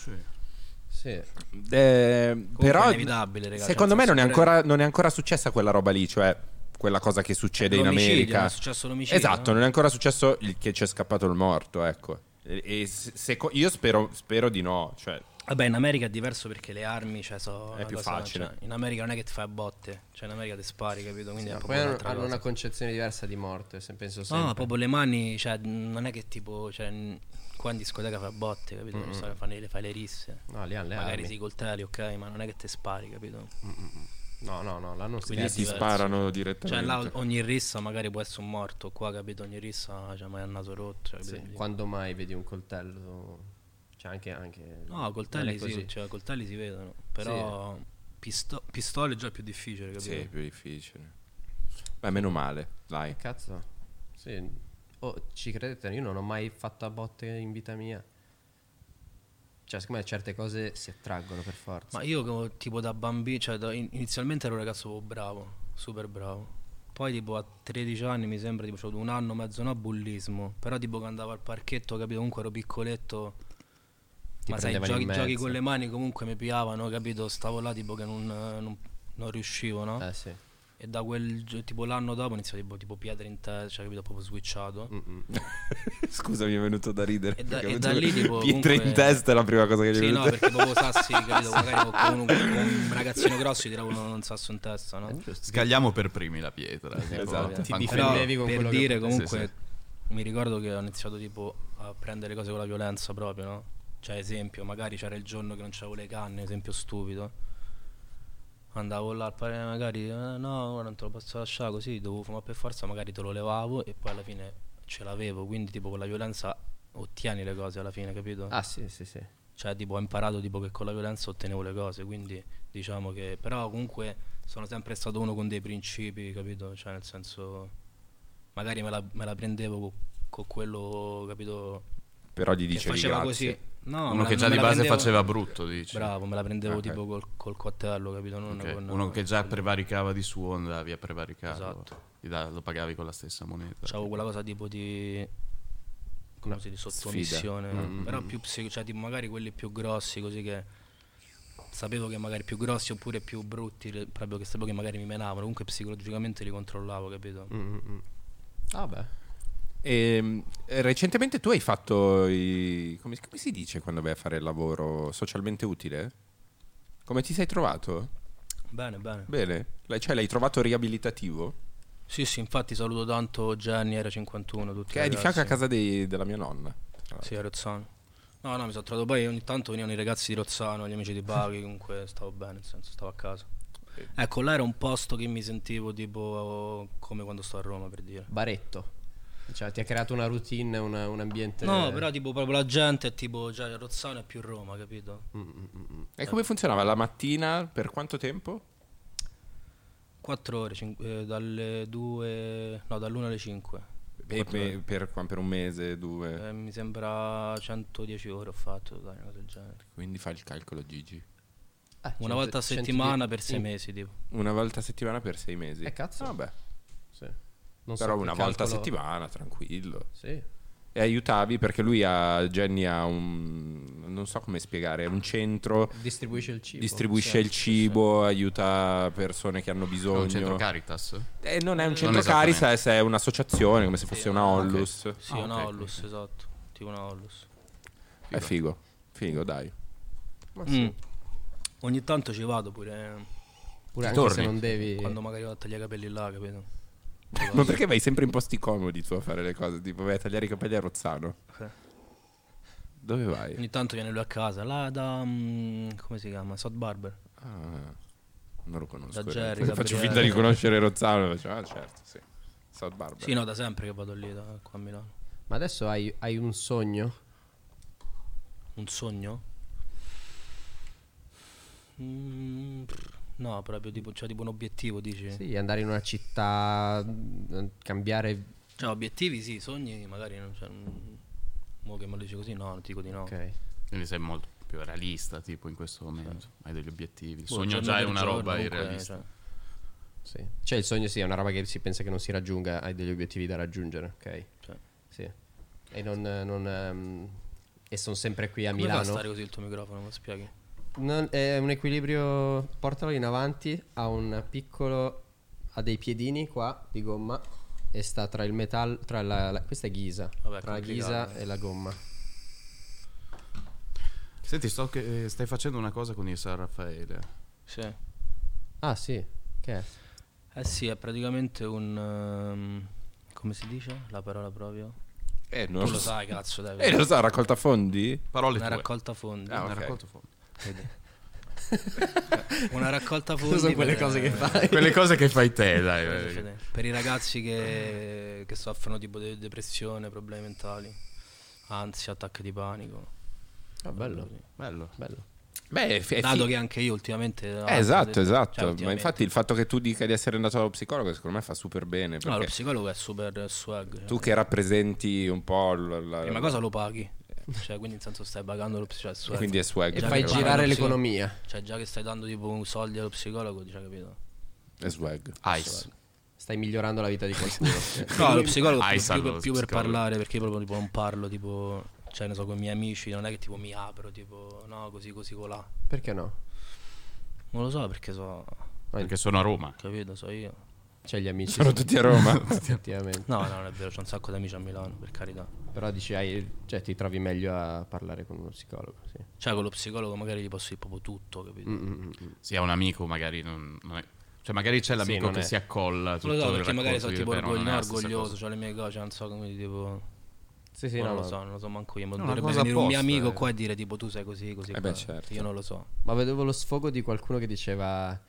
Speaker 3: Sì.
Speaker 1: Eh, però
Speaker 2: è inevitabile, raga,
Speaker 1: secondo
Speaker 2: cioè,
Speaker 1: me non è,
Speaker 2: sicuramente-
Speaker 1: ancora, non è ancora successa quella roba lì, cioè quella cosa che succede in
Speaker 2: L'omicidio,
Speaker 1: America.
Speaker 2: è successo l'omicidio,
Speaker 1: Esatto,
Speaker 2: no?
Speaker 1: non è ancora successo il- che ci è scappato il morto, ecco. E- e se- se co- io spero, spero di no, cioè,
Speaker 2: Vabbè, in America è diverso perché le armi, cioè, so
Speaker 1: È
Speaker 2: una
Speaker 1: più
Speaker 2: cosa-
Speaker 1: facile.
Speaker 2: cioè, in America non è che ti fai a botte, cioè in America ti spari, capito? Quindi è
Speaker 3: Poi
Speaker 2: proprio
Speaker 3: hanno,
Speaker 2: un'altra
Speaker 3: hanno
Speaker 2: cosa.
Speaker 3: una concezione diversa di morte, se penso
Speaker 2: No,
Speaker 3: sempre.
Speaker 2: no, proprio le mani, cioè, non è che tipo, cioè, n- qua in discoteca fai a botte, capito? Non so, fanno le, fai le risse.
Speaker 3: No, lì hanno le
Speaker 2: Magari
Speaker 3: armi.
Speaker 2: sì col coltelli, ok, ma non è che ti spari, capito?
Speaker 3: No, no, no, l'hanno
Speaker 1: Eh,
Speaker 2: Quindi
Speaker 3: scherzo.
Speaker 6: Ti
Speaker 2: diverso.
Speaker 6: sparano
Speaker 2: Cioè,
Speaker 6: direttamente.
Speaker 2: là o- ogni rissa magari può essere un morto, qua, capito? Ogni rissa, cioè, ma è il naso rotto, cioè,
Speaker 3: Sì,
Speaker 2: capito?
Speaker 3: Quando mai vedi un coltello? C'è anche, anche...
Speaker 2: No,
Speaker 3: non
Speaker 2: coltelli
Speaker 3: è così.
Speaker 2: sì, cioè, coltelli si vedono, però pisto- pistole è già più difficile, capito?
Speaker 1: sì, è più difficile. Beh, meno male, dai.
Speaker 3: Cazzo. Sì. Oh, ci credete? Io non ho mai fatto a botte in vita mia. Cioè, secondo me certe cose si attraggono per forza.
Speaker 2: Ma io co- tipo da bambino, cioè da- in- inizialmente ero un ragazzo bravo, super bravo. Poi tipo a 13 anni mi sembra, tipo, c'ho avuto un anno, mezzo, no, a bullismo. Però tipo che andavo al parchetto, capito, comunque ero piccoletto.
Speaker 3: Ti
Speaker 2: ma sai,
Speaker 3: prendevano
Speaker 2: giochi,
Speaker 3: in
Speaker 2: giochi
Speaker 3: mezzo.
Speaker 2: con le mani comunque mi piavano, capito? Stavo là tipo che non, non- non riuscivo, no?
Speaker 3: Eh sì.
Speaker 2: E da quel, gio- tipo l'anno dopo iniziavo tipo, tipo pietre in testa, cioè, capito, proprio switchato.
Speaker 1: Scusa, mi è venuto da ridere.
Speaker 2: E da-
Speaker 1: perché
Speaker 2: e
Speaker 1: ho
Speaker 2: da
Speaker 1: avuto-
Speaker 2: lì, tipo,
Speaker 1: Pietre
Speaker 2: comunque-
Speaker 1: in testa è la prima cosa che gli è
Speaker 2: Sì, no,
Speaker 1: venuta.
Speaker 2: perché proprio sassi, capito? Magari con un, con un ragazzino grosso ti tiravo un sasso in testa, no?
Speaker 4: Scagliamo per primi la pietra. tipo,
Speaker 1: Esatto.
Speaker 4: fanculo.
Speaker 3: Ti
Speaker 2: Però,
Speaker 3: difendevi con
Speaker 2: per
Speaker 3: quello che
Speaker 2: dire
Speaker 4: potevi.
Speaker 2: comunque
Speaker 4: Sì,
Speaker 2: mi ricordo che ho iniziato tipo a prendere le cose con la violenza proprio no? cioè esempio magari c'era il giorno che non c'avevo le canne esempio stupido andavo là al pare magari eh, no guarda, non te lo posso lasciare così dovevo fumare per forza magari te lo levavo e poi alla fine ce l'avevo quindi tipo con la violenza ottieni le cose alla fine capito?
Speaker 3: Ah sì, sì, sì.
Speaker 2: cioè tipo ho imparato tipo che con la violenza ottenevo le cose quindi diciamo che però comunque sono sempre stato uno con dei principi capito cioè nel senso magari me la, me la prendevo co- con quello capito
Speaker 1: Però gli
Speaker 2: che
Speaker 1: dicevi
Speaker 2: faceva
Speaker 1: grazie.
Speaker 2: così no me
Speaker 4: Uno
Speaker 2: la-
Speaker 4: che già
Speaker 2: me
Speaker 4: di
Speaker 2: la
Speaker 4: base
Speaker 2: prendevo-
Speaker 4: faceva brutto, dici.
Speaker 2: bravo me la prendevo
Speaker 1: Ah,
Speaker 2: tipo col, col coltello capito non
Speaker 4: Ok,
Speaker 2: con
Speaker 4: Uno che già prevaricava di suo andavi a prevaricare.
Speaker 2: Esatto.
Speaker 4: Lo pagavi con la stessa moneta.
Speaker 2: c'avevo quella cosa tipo di come si dice, sottomissione
Speaker 1: Mm,
Speaker 2: però più psico- cioè tipo magari quelli più grossi così che sapevo che magari più grossi oppure più brutti le- proprio che sapevo che magari mi menavano comunque psicologicamente li controllavo capito
Speaker 1: Mm.
Speaker 3: Vabbè.
Speaker 1: Ah, Ehm, recentemente tu hai fatto i- come, come si dice quando vai a fare il lavoro socialmente utile? Come ti sei trovato?
Speaker 2: bene bene
Speaker 1: Bene, L'hai- cioè l'hai trovato riabilitativo?
Speaker 2: sì sì infatti saluto tanto Gianni era 51 tutti i
Speaker 1: Che è di
Speaker 2: ragazzi.
Speaker 1: fianco a casa dei- della mia nonna.
Speaker 2: sì a Rozzano no no mi sono trovato poi ogni tanto venivano i ragazzi di Rozzano gli amici di Baghi comunque stavo bene nel senso stavo a casa ecco là era un posto che mi sentivo tipo come quando sto a Roma per dire
Speaker 3: Baretto. Cioè, ti ha creato una routine, una- un ambiente...
Speaker 2: No, però tipo proprio la gente è tipo già Rozzano è più Roma, capito?
Speaker 1: E come funzionava la mattina? Per quanto tempo?
Speaker 2: 4 ore, cin- eh, dalle 2, no, dall'1 alle 5.
Speaker 1: Beh, beh, per, qua- per un mese,
Speaker 3: Eh.
Speaker 1: due.
Speaker 2: Eh, mi sembra 110 ore ho fatto, dai, una cosa del genere.
Speaker 1: Quindi fai il calcolo, Gigi.
Speaker 3: Eh,
Speaker 2: Una volta a
Speaker 3: cento-
Speaker 2: settimana
Speaker 3: centodie-
Speaker 2: per 6 mesi, tipo.
Speaker 1: Una volta a settimana per sei mesi.
Speaker 3: Eh, cazzo.
Speaker 1: Vabbè.
Speaker 3: Sì. Non so
Speaker 1: Però
Speaker 3: che
Speaker 1: una volta a
Speaker 3: calcolo-
Speaker 1: settimana, tranquillo.
Speaker 3: Sì.
Speaker 1: E aiutavi perché lui ha Jenny ha un non so come spiegare, è un centro
Speaker 3: Distribuisce il cibo.
Speaker 1: distribuisce il cibo, aiuta persone che hanno
Speaker 4: È
Speaker 1: bisogno.
Speaker 4: un centro Caritas.
Speaker 1: Eh, non è un centro
Speaker 4: esattamente.
Speaker 1: Caritas, è un'associazione come se fosse una Ollus.
Speaker 2: Sì, una Ollus, esatto. Tipo una Ollus.
Speaker 1: È figo. Figo, dai.
Speaker 2: Mm. Ogni tanto ci vado pure, eh,
Speaker 3: Pure anche se
Speaker 4: Torni.
Speaker 3: non devi...
Speaker 2: quando magari vado a tagliare i capelli là, capito?
Speaker 1: Ma perché vai sempre in posti comodi tu a fare le cose? Tipo, vai a tagliare i capelli a Rozzano.
Speaker 2: Sì.
Speaker 1: Dove vai?
Speaker 2: Ogni tanto viene lui a casa, là da, mm, come si chiama? South Barber.
Speaker 1: Ah. Non lo conosco.
Speaker 2: Da
Speaker 1: in
Speaker 2: Jerry,
Speaker 1: realtà.
Speaker 2: da
Speaker 1: Faccio
Speaker 2: Brielle.
Speaker 1: finta di conoscere Rozzano. Faccio, ah, certo, sì. South Barbara.
Speaker 2: Sì, no, da sempre che vado lì, da qua a Milano.
Speaker 3: Ma adesso hai, hai un sogno?
Speaker 2: Un sogno? Mm, pff, no, proprio tipo, cioè, tipo un obiettivo, dici?
Speaker 3: Sì, andare in una città, mh, cambiare...
Speaker 2: Cioè, obiettivi sì, sogni magari non c'è. un- Mo che me lo dici così, no, non ti dico di no. Boh,
Speaker 3: Ok.
Speaker 4: Quindi sei molto più realista, tipo in questo momento. Hai degli obiettivi. Il
Speaker 2: Boh,
Speaker 4: sogno
Speaker 2: giorno
Speaker 4: Certo. già è
Speaker 2: per
Speaker 4: una
Speaker 2: giorno,
Speaker 4: roba
Speaker 2: comunque,
Speaker 4: irrealista.
Speaker 2: cioè.
Speaker 3: Sì. Cioè il sogno sì, è una roba che si pensa che non si raggiunga, hai degli obiettivi da raggiungere, ok?
Speaker 2: Cioè.
Speaker 3: Sì. E non... non, ehm, e sono sempre qui a
Speaker 2: Come fa a
Speaker 3: Milano.
Speaker 2: stare così il tuo microfono, me lo spieghi?
Speaker 3: Non- è un equilibrio, portalo in avanti, ha un piccolo, ha dei piedini qua di gomma e sta tra il metallo, tra la, la- questa è ghisa,
Speaker 2: Vabbè,
Speaker 3: tra la
Speaker 2: complicato.
Speaker 3: ghisa e la gomma.
Speaker 4: Senti, so che eh, stai facendo una cosa con il San Raffaele.
Speaker 2: Sì.
Speaker 3: Ah sì, che è?
Speaker 2: Eh sì, è praticamente un... ehm, come si dice la parola proprio?
Speaker 1: Eh, non
Speaker 2: Tu
Speaker 1: lo
Speaker 2: lo
Speaker 1: so.
Speaker 2: sai, cazzo, dai.
Speaker 1: Eh, lo so, raccolta fondi?
Speaker 4: Parole
Speaker 2: Una
Speaker 4: tue.
Speaker 2: raccolta fondi.
Speaker 1: Ah,
Speaker 4: Una
Speaker 1: ok.
Speaker 4: raccolta fondi.
Speaker 2: Una raccolta fondi.
Speaker 3: Cosa sono quelle
Speaker 2: per-
Speaker 3: cose che fai?
Speaker 4: Quelle cose che fai te, dai. eh.
Speaker 2: Per, per i ragazzi
Speaker 1: eh.
Speaker 2: che, che soffrono tipo di depressione, problemi mentali, ansia, attacchi di panico.
Speaker 3: Ah, bello,
Speaker 4: Bello.
Speaker 3: bello.
Speaker 1: Beh, è fi- è
Speaker 2: Dato
Speaker 1: fi-
Speaker 2: che anche io ultimamente...
Speaker 1: Eh, esatto, esatto.
Speaker 2: Cioè,
Speaker 1: Ma
Speaker 2: ultimamente.
Speaker 1: infatti il fatto che tu dica di essere andato allo psicologo, secondo me fa super bene.
Speaker 2: No, lo
Speaker 1: Perché
Speaker 2: psicologo è super swag. Cioè.
Speaker 1: tu che rappresenti un po' la, la-
Speaker 2: Prima cosa lo paghi. Cioè, quindi in senso stai pagando lo psicologo. Cioè, swag.
Speaker 1: quindi è swag. eh,
Speaker 3: E
Speaker 2: Già
Speaker 3: fai
Speaker 2: che-
Speaker 3: girare
Speaker 2: sì.
Speaker 3: l'economia.
Speaker 2: Cioè, già che stai dando tipo un soldi allo psicologo, già capito?
Speaker 1: È swag.
Speaker 4: Ice.
Speaker 3: Stai migliorando la vita di qualcuno. Eh,
Speaker 2: No, lo psicologo più,
Speaker 4: Ice
Speaker 2: più-
Speaker 4: allo
Speaker 2: più per
Speaker 4: psicologo.
Speaker 2: parlare, perché io proprio tipo non parlo, tipo, cioè ne so, con i miei amici, non è che tipo mi apro, tipo, no, così, così, colà.
Speaker 3: Perché no?
Speaker 2: Non lo so perché so,
Speaker 4: Perché sono a Roma.
Speaker 2: capito, so io.
Speaker 3: C'è gli amici,
Speaker 1: Sono tutti a Roma.
Speaker 3: effettivamente.
Speaker 2: No, no, non è vero, c'ho un sacco di amici a Milano, per carità.
Speaker 3: Però dici, hai- cioè, ti trovi meglio a parlare con uno psicologo, sì.
Speaker 2: Cioè, con lo psicologo magari gli posso dire proprio tutto, capito?
Speaker 3: Mm, mm, mm, mm.
Speaker 4: Sì, è un amico, magari non, non è- Cioè, magari c'è l'amico
Speaker 3: non
Speaker 4: che
Speaker 3: è.
Speaker 4: si
Speaker 2: Non
Speaker 4: accolla.
Speaker 2: lo so,
Speaker 4: tutto il
Speaker 2: perché magari sono
Speaker 4: racconto,
Speaker 2: tipo
Speaker 4: però non è
Speaker 2: orgoglioso,
Speaker 4: la stessa
Speaker 2: orgoglioso,
Speaker 4: cosa.
Speaker 2: ho le mie cose, cioè, non so come tipo...
Speaker 3: Sì, sì,
Speaker 2: boh,
Speaker 3: no,
Speaker 2: non lo
Speaker 3: ma-
Speaker 2: so, non lo so manco io, ma
Speaker 4: una
Speaker 2: dovrebbe
Speaker 4: cosa
Speaker 2: venire un mio
Speaker 4: apposta,
Speaker 2: amico
Speaker 4: eh.
Speaker 2: qua e dire tipo tu sei così, così,
Speaker 1: Eh beh,
Speaker 2: qua.
Speaker 1: certo.
Speaker 2: Io non lo so.
Speaker 3: Ma vedevo lo sfogo di qualcuno che diceva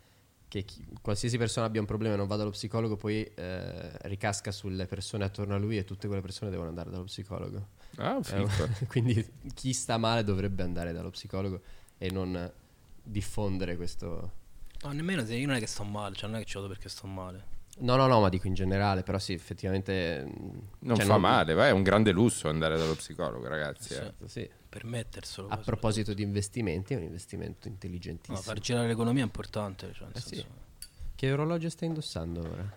Speaker 3: che chi- qualsiasi persona abbia un problema e non vada allo psicologo, poi eh, ricasca sulle persone attorno a lui e tutte quelle persone devono andare dallo psicologo.
Speaker 1: Ah, figo.
Speaker 3: Eh, quindi chi sta male dovrebbe andare dallo psicologo e non diffondere questo...
Speaker 2: No, nemmeno se io non è che sto male, cioè non è che ci vado perché sto male.
Speaker 3: No, no, no, ma dico in generale, però sì, effettivamente... mh,
Speaker 1: Non
Speaker 3: cioè,
Speaker 1: fa male, vai, è un grande lusso andare dallo psicologo, ragazzi.
Speaker 2: Cioè,
Speaker 1: eh.
Speaker 3: Certo, sì.
Speaker 2: Permetterselo.
Speaker 3: A
Speaker 2: poi,
Speaker 3: proposito di investimenti, è un investimento
Speaker 2: No,
Speaker 3: intelligentissimo.
Speaker 2: far girare l'economia è importante. Cioè,
Speaker 3: Eh
Speaker 2: nel senso,
Speaker 3: Che orologio stai indossando ora?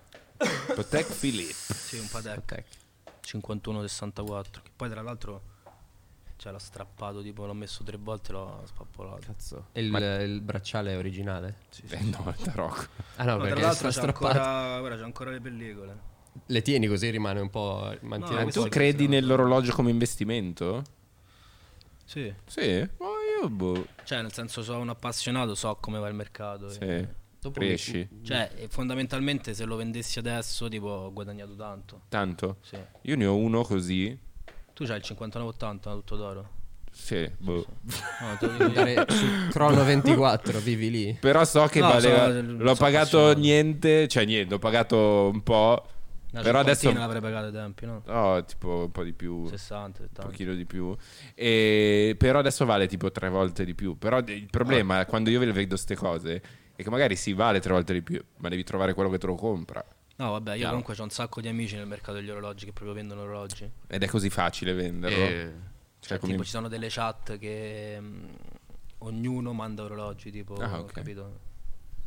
Speaker 1: Patek Philippe.
Speaker 2: sì. un Patek 5164. Che poi, tra l'altro, cioè, l'ho strappato. Tipo, l'ho messo tre volte e l'ho spappolato.
Speaker 3: Cazzo. E il, il bracciale è originale?
Speaker 1: Eh, no, è tarocco.
Speaker 3: Ah no,
Speaker 2: No,
Speaker 3: perché
Speaker 2: tra l'altro,
Speaker 3: l'altro
Speaker 2: c'è ancora, guarda, c'è ancora le pellicole.
Speaker 3: Le tieni così rimane un po'... Mantiene
Speaker 2: No,
Speaker 3: un
Speaker 2: questo-
Speaker 3: po'...
Speaker 1: Tu credi nell'orologio come investimento?
Speaker 2: Sì,
Speaker 1: Sì, ma io boh.
Speaker 2: cioè, nel senso, sono un appassionato, so come va il mercato.
Speaker 1: Sì.
Speaker 2: e-
Speaker 3: Dopo mi-
Speaker 1: Cresci
Speaker 2: Cioè, e fondamentalmente, se lo vendessi adesso, tipo, ho guadagnato tanto.
Speaker 1: tanto.
Speaker 2: Sì.
Speaker 1: Io ne ho uno così.
Speaker 2: Tu c'hai il 5980 tutto d'oro.
Speaker 1: Sì, boh.
Speaker 2: No, te lo dico io.
Speaker 3: Andare su Crono 24, vivi lì.
Speaker 1: Però so che
Speaker 2: No,
Speaker 1: valeva.
Speaker 2: sono-
Speaker 1: l'ho
Speaker 2: sono
Speaker 1: pagato
Speaker 2: appassionato.
Speaker 1: niente, cioè niente, ho pagato un po'.
Speaker 2: Una
Speaker 1: però adesso.
Speaker 2: cinquantina l'avrei pagato ai tempi, no?
Speaker 1: No, tipo un po' di più. Un
Speaker 2: 60, 70.
Speaker 1: pochino di più. E- però adesso vale tipo tre volte di più. Però de- il problema quando io ve le vedo queste cose è che magari sì, vale tre volte di più, ma devi trovare quello che te lo compra.
Speaker 2: No, vabbè, io comunque ho un sacco di amici nel mercato degli orologi che proprio vendono orologi.
Speaker 1: Ed è così facile venderlo.
Speaker 4: E-
Speaker 1: Cioè,
Speaker 2: Cioè,
Speaker 1: come-
Speaker 2: tipo, ci sono delle chat che mm, ognuno manda orologi, tipo,
Speaker 1: Ah, ok.
Speaker 2: capito?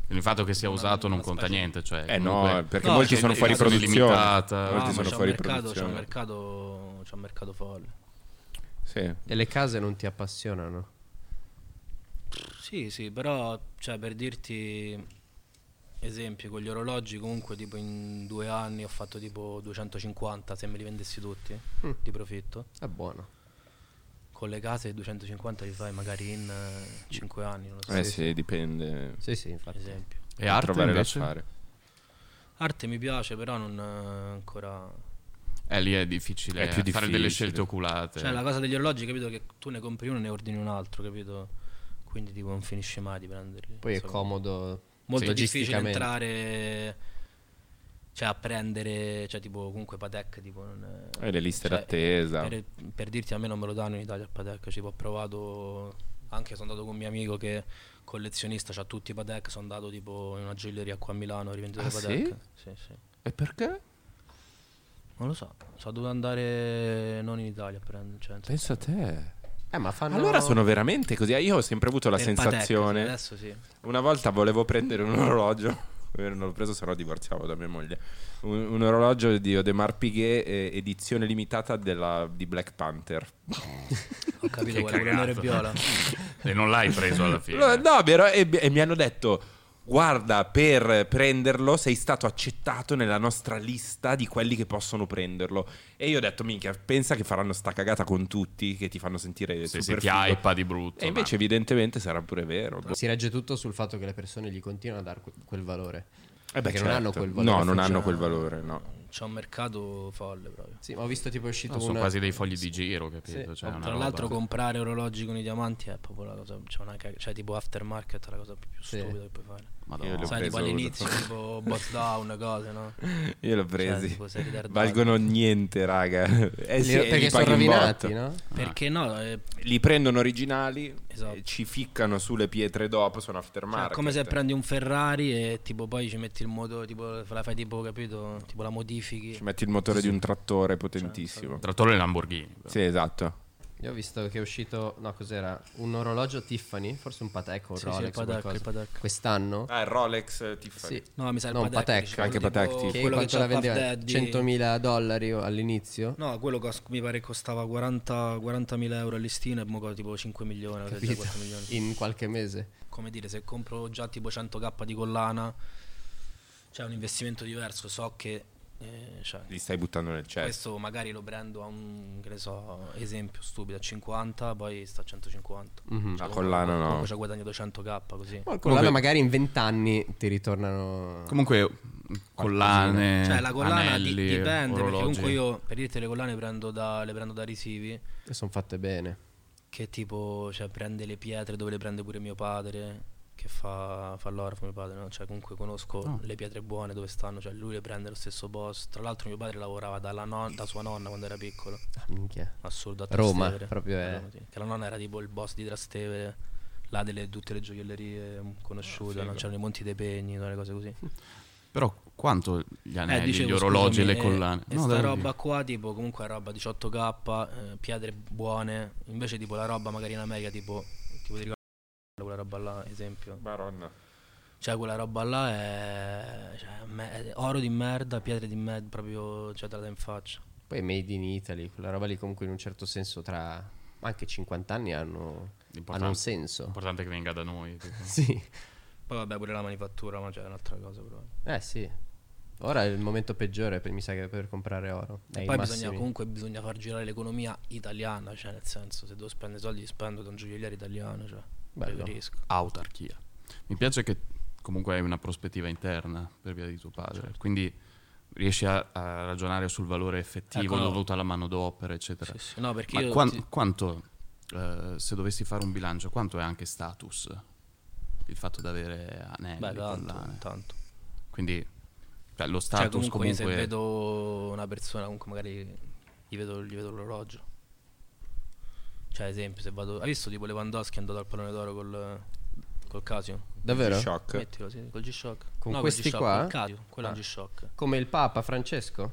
Speaker 4: Il fatto che sia
Speaker 2: Una-
Speaker 4: usato non
Speaker 2: una
Speaker 4: conta
Speaker 2: specie-
Speaker 4: niente. Cioè,
Speaker 1: Eh no,
Speaker 4: comunque-
Speaker 1: perché
Speaker 2: No,
Speaker 1: molti
Speaker 2: cioè,
Speaker 1: sono
Speaker 2: è
Speaker 1: fuori
Speaker 2: una zona
Speaker 1: produzione.
Speaker 4: limitata.
Speaker 1: Molti
Speaker 4: Ah,
Speaker 2: ma
Speaker 1: sono
Speaker 2: c'è un
Speaker 1: fuori
Speaker 2: mercato, c'è un
Speaker 1: produzione.
Speaker 2: mercato, c'è un mercato folle.
Speaker 1: Sì.
Speaker 3: E le case non ti appassionano?
Speaker 2: Sì, sì, però, cioè, per dirti, esempio, con gli orologi comunque, tipo, in due anni ho fatto tipo 250, se me li vendessi tutti, di profitto.
Speaker 3: È buono.
Speaker 2: Con le case 250 li fai magari in 5 anni, non lo so,
Speaker 1: Eh sì, dipende.
Speaker 3: Sì, sì,
Speaker 2: per
Speaker 3: infatti.
Speaker 2: esempio.
Speaker 4: E arte
Speaker 1: trovare da
Speaker 4: invece?
Speaker 1: fare.
Speaker 2: Arte mi piace, però non eh, ancora...
Speaker 4: Eh, lì è difficile
Speaker 1: È più
Speaker 4: fare delle
Speaker 1: difficile.
Speaker 4: scelte oculate.
Speaker 2: Cioè, la cosa degli orologi, capito? Che tu ne compri uno e ne ordini un altro, capito? Quindi, tipo, non finisci mai di prenderli.
Speaker 3: Poi è
Speaker 2: So-
Speaker 3: comodo.
Speaker 2: molto
Speaker 3: Sì.
Speaker 2: difficile
Speaker 3: Logisticamente.
Speaker 2: entrare cioè a prendere cioè tipo comunque Padec tipo non è-
Speaker 1: E le liste
Speaker 2: cioè,
Speaker 1: d'attesa.
Speaker 2: per, per dirti a me non me lo danno in Italia il Padec ci ho provato anche sono andato con un mio amico che collezionista c'ha tutti i Padec sono andato tipo in una gioielleria qua a Milano a rivendere
Speaker 1: Ah,
Speaker 2: i Padec
Speaker 1: sì?
Speaker 2: sì sì
Speaker 1: E perché?
Speaker 2: non lo so so dove andare non in Italia a prendere cioè, nel
Speaker 1: Pensa a te.
Speaker 3: Eh, ma fanno...
Speaker 1: Allora sono veramente così. Ah, Io ho sempre avuto la
Speaker 2: Per
Speaker 1: sensazione.
Speaker 2: Patek, Eh, adesso sì.
Speaker 1: Una volta volevo prendere un orologio. eh, Non l'ho preso, se no divorziavo da mia moglie. Un, un orologio di Odemar Piguet, eh, edizione limitata della- di Black Panther.
Speaker 2: Ho capito
Speaker 4: Che
Speaker 2: quello, quello nero e
Speaker 4: cagato.
Speaker 2: viola.
Speaker 4: E non l'hai preso alla fine.
Speaker 1: Allora, no, mi ero- e, e mi hanno detto. Guarda, per prenderlo sei stato accettato nella nostra lista di quelli che possono prenderlo. E io ho detto, minchia, pensa che faranno sta cagata con tutti, che ti fanno sentire
Speaker 4: Se, se
Speaker 1: super
Speaker 4: ti
Speaker 1: figo."
Speaker 4: hypa di brutto.
Speaker 1: E invece, evidentemente, sarà pure vero. Boh.
Speaker 3: Si regge tutto sul fatto che le persone gli continuano a dare que- quel valore.
Speaker 1: Eh beh,
Speaker 3: Perché non
Speaker 1: certo.
Speaker 3: hanno quel valore.
Speaker 1: No, non hanno
Speaker 3: funzionale.
Speaker 1: quel valore, no.
Speaker 2: C'è un mercato folle proprio.
Speaker 3: Sì, ma ho visto tipo è uscito
Speaker 1: Ah,
Speaker 4: No, sono
Speaker 3: una-
Speaker 4: quasi dei fogli di giro,
Speaker 3: Sì.
Speaker 4: capito? Cioè, una
Speaker 2: Tra
Speaker 4: roba-
Speaker 2: l'altro, comprare orologi con i diamanti è proprio la cosa. Cioè, una caga- cioè, tipo aftermarket è la cosa più
Speaker 3: Sì.
Speaker 2: stupida che puoi fare.
Speaker 4: Madonna.
Speaker 1: Io li ho
Speaker 2: Sai, tipo
Speaker 1: preso
Speaker 2: all'inizio,
Speaker 1: uno.
Speaker 2: tipo boss down, cose, no?
Speaker 1: Io l'ho presi.
Speaker 2: Cioè, tipo, sei ritardato.
Speaker 1: Valgono niente, raga. Eh
Speaker 3: Li-
Speaker 1: sì, li
Speaker 3: perché sono
Speaker 1: paghi un
Speaker 3: rovinati,
Speaker 1: botto.
Speaker 3: no?
Speaker 2: Perché no? eh, cioè, È
Speaker 1: Li prendono originali,
Speaker 2: Esatto.
Speaker 1: eh, ci ficcano sulle pietre dopo, sono
Speaker 2: cioè,
Speaker 1: aftermarket.
Speaker 2: è come se prendi un Ferrari e tipo poi ci metti il motore, tipo la fai tipo, capito? Tipo la modifichi.
Speaker 1: Ci metti il motore di un trattore potentissimo.
Speaker 2: Cioè,
Speaker 4: Trattore Lamborghini. però.
Speaker 1: sì, esatto.
Speaker 3: Io ho visto che è uscito, no, cos'era? Un orologio Tiffany, forse un Patek o un
Speaker 2: Sì, sì, il
Speaker 3: Rolex. o
Speaker 2: Patek,
Speaker 3: qualcosa.
Speaker 2: il Patek.
Speaker 3: Quest'anno?
Speaker 1: Ah, il Rolex eh, Tiffany.
Speaker 3: Sì.
Speaker 2: No, mi sa il
Speaker 3: No, un
Speaker 2: Patek.
Speaker 3: Patek,
Speaker 2: dice,
Speaker 1: anche
Speaker 2: quello
Speaker 1: Patek,
Speaker 2: tipo
Speaker 1: tipo.
Speaker 3: Che
Speaker 2: quello
Speaker 3: quanto
Speaker 2: c'ha
Speaker 3: la
Speaker 2: Puff
Speaker 3: vendeva?
Speaker 2: Daddy.
Speaker 3: 100.000 dollari all'inizio.
Speaker 2: No, quello cos- mi pare costava 40 40.000 euro a listino e mo co- tipo 5 milioni, cioè,
Speaker 3: capito?
Speaker 2: 4 milioni.
Speaker 3: In qualche mese.
Speaker 2: come dire, se compro già tipo 100k di collana, c'è un investimento diverso, so che eh, cioè,
Speaker 1: Li stai buttando nel cesso.
Speaker 2: questo magari lo prendo a un, che ne so, esempio stupido, a 50, poi sta a 150.
Speaker 1: La collana no.
Speaker 2: Comunque ci guadagno 200k così.
Speaker 3: Poi collana magari in 20 anni ti ritornano...
Speaker 4: Comunque, collane.
Speaker 2: Cioè la collana di-
Speaker 4: anelli,
Speaker 2: dipende, perché
Speaker 4: orologi.
Speaker 2: comunque io per dirti le collane prendo da, le prendo da Risivi,
Speaker 3: E sono fatte bene.
Speaker 2: che tipo cioè, prende le pietre dove le prende pure mio padre. Che fa, fa l'orfano mio padre, no? cioè comunque conosco le pietre buone dove stanno, cioè lui le prende lo stesso boss. Tra l'altro mio padre lavorava dalla non- da sua nonna quando era piccolo,
Speaker 3: Ah, minchia.
Speaker 2: assurdo a
Speaker 3: Roma, Eh.
Speaker 2: Trastevere.
Speaker 3: proprio è-
Speaker 2: A Roma, sì. Che la nonna era tipo il boss di Trastevere, là delle tutte le gioiellerie mm, conosciute, no? c'erano i Monti dei Pegni, no? le cose così.
Speaker 4: Però quanto gli anelli,
Speaker 2: Eh, dicevo,
Speaker 4: gli orologi
Speaker 2: scusami, eh,
Speaker 4: e le collane?
Speaker 2: E
Speaker 4: No,
Speaker 2: sta
Speaker 4: dai.
Speaker 2: roba qua, tipo, comunque è roba 18k, eh, pietre buone. Invece, tipo, la roba magari in America, tipo, tipo ti ricordo quella roba là, esempio.
Speaker 6: Baronna.
Speaker 2: Cioè, quella roba là è. cioè, me- è oro di merda, pietre di merda, proprio. cioè, te la dai in faccia.
Speaker 3: Poi Made in Italy, quella roba lì comunque in un certo senso tra anche 50 anni hanno,
Speaker 4: Importante.
Speaker 3: hanno un senso.
Speaker 4: L'importante è che venga da noi. tipo.
Speaker 3: Sì.
Speaker 2: Poi, vabbè, pure la manifattura, ma c'è un'altra cosa, però.
Speaker 3: Eh sì. Ora è il momento peggiore, per- mi sa che per comprare oro. È
Speaker 2: E
Speaker 3: i
Speaker 2: poi
Speaker 3: massimi.
Speaker 2: bisogna, comunque bisogna far girare l'economia italiana, cioè, nel senso, se devo spendere soldi, li spendo da un gioielliere italiano, cioè.
Speaker 3: Bello.
Speaker 2: Preferisco.
Speaker 4: Autarchia. Mi piace che comunque hai una prospettiva interna per via di tuo padre.
Speaker 2: Certo.
Speaker 4: Quindi riesci a, a ragionare sul valore effettivo
Speaker 2: Ecco.
Speaker 4: dovuto alla manodopera, eccetera.
Speaker 2: Sì, sì. No, perché
Speaker 4: Ma
Speaker 2: io.
Speaker 4: quan-
Speaker 2: ti-
Speaker 4: quanto, eh, se dovessi fare un bilancio, quanto è anche status? Il fatto di avere anelli,
Speaker 2: Beh, tanto,
Speaker 4: collane.
Speaker 2: tanto.
Speaker 4: Quindi cioè, lo
Speaker 2: Cioè,
Speaker 4: status
Speaker 2: comunque, io se
Speaker 4: comunque...
Speaker 2: vedo una persona, comunque magari gli vedo, gli vedo l'orologio. Cioè, ad esempio, se vado. Hai visto tipo Lewandowski è andato al pallone d'oro col, col Casio?
Speaker 3: Davvero?
Speaker 1: Eh? Shock.
Speaker 2: Mettilo, sì, col G-Shock.
Speaker 3: Con
Speaker 2: No, col
Speaker 3: questi
Speaker 2: G-Shock,
Speaker 3: qua?
Speaker 2: Col Casio, quello è
Speaker 3: Ah.
Speaker 2: un G-Shock.
Speaker 3: Come il Papa Francesco?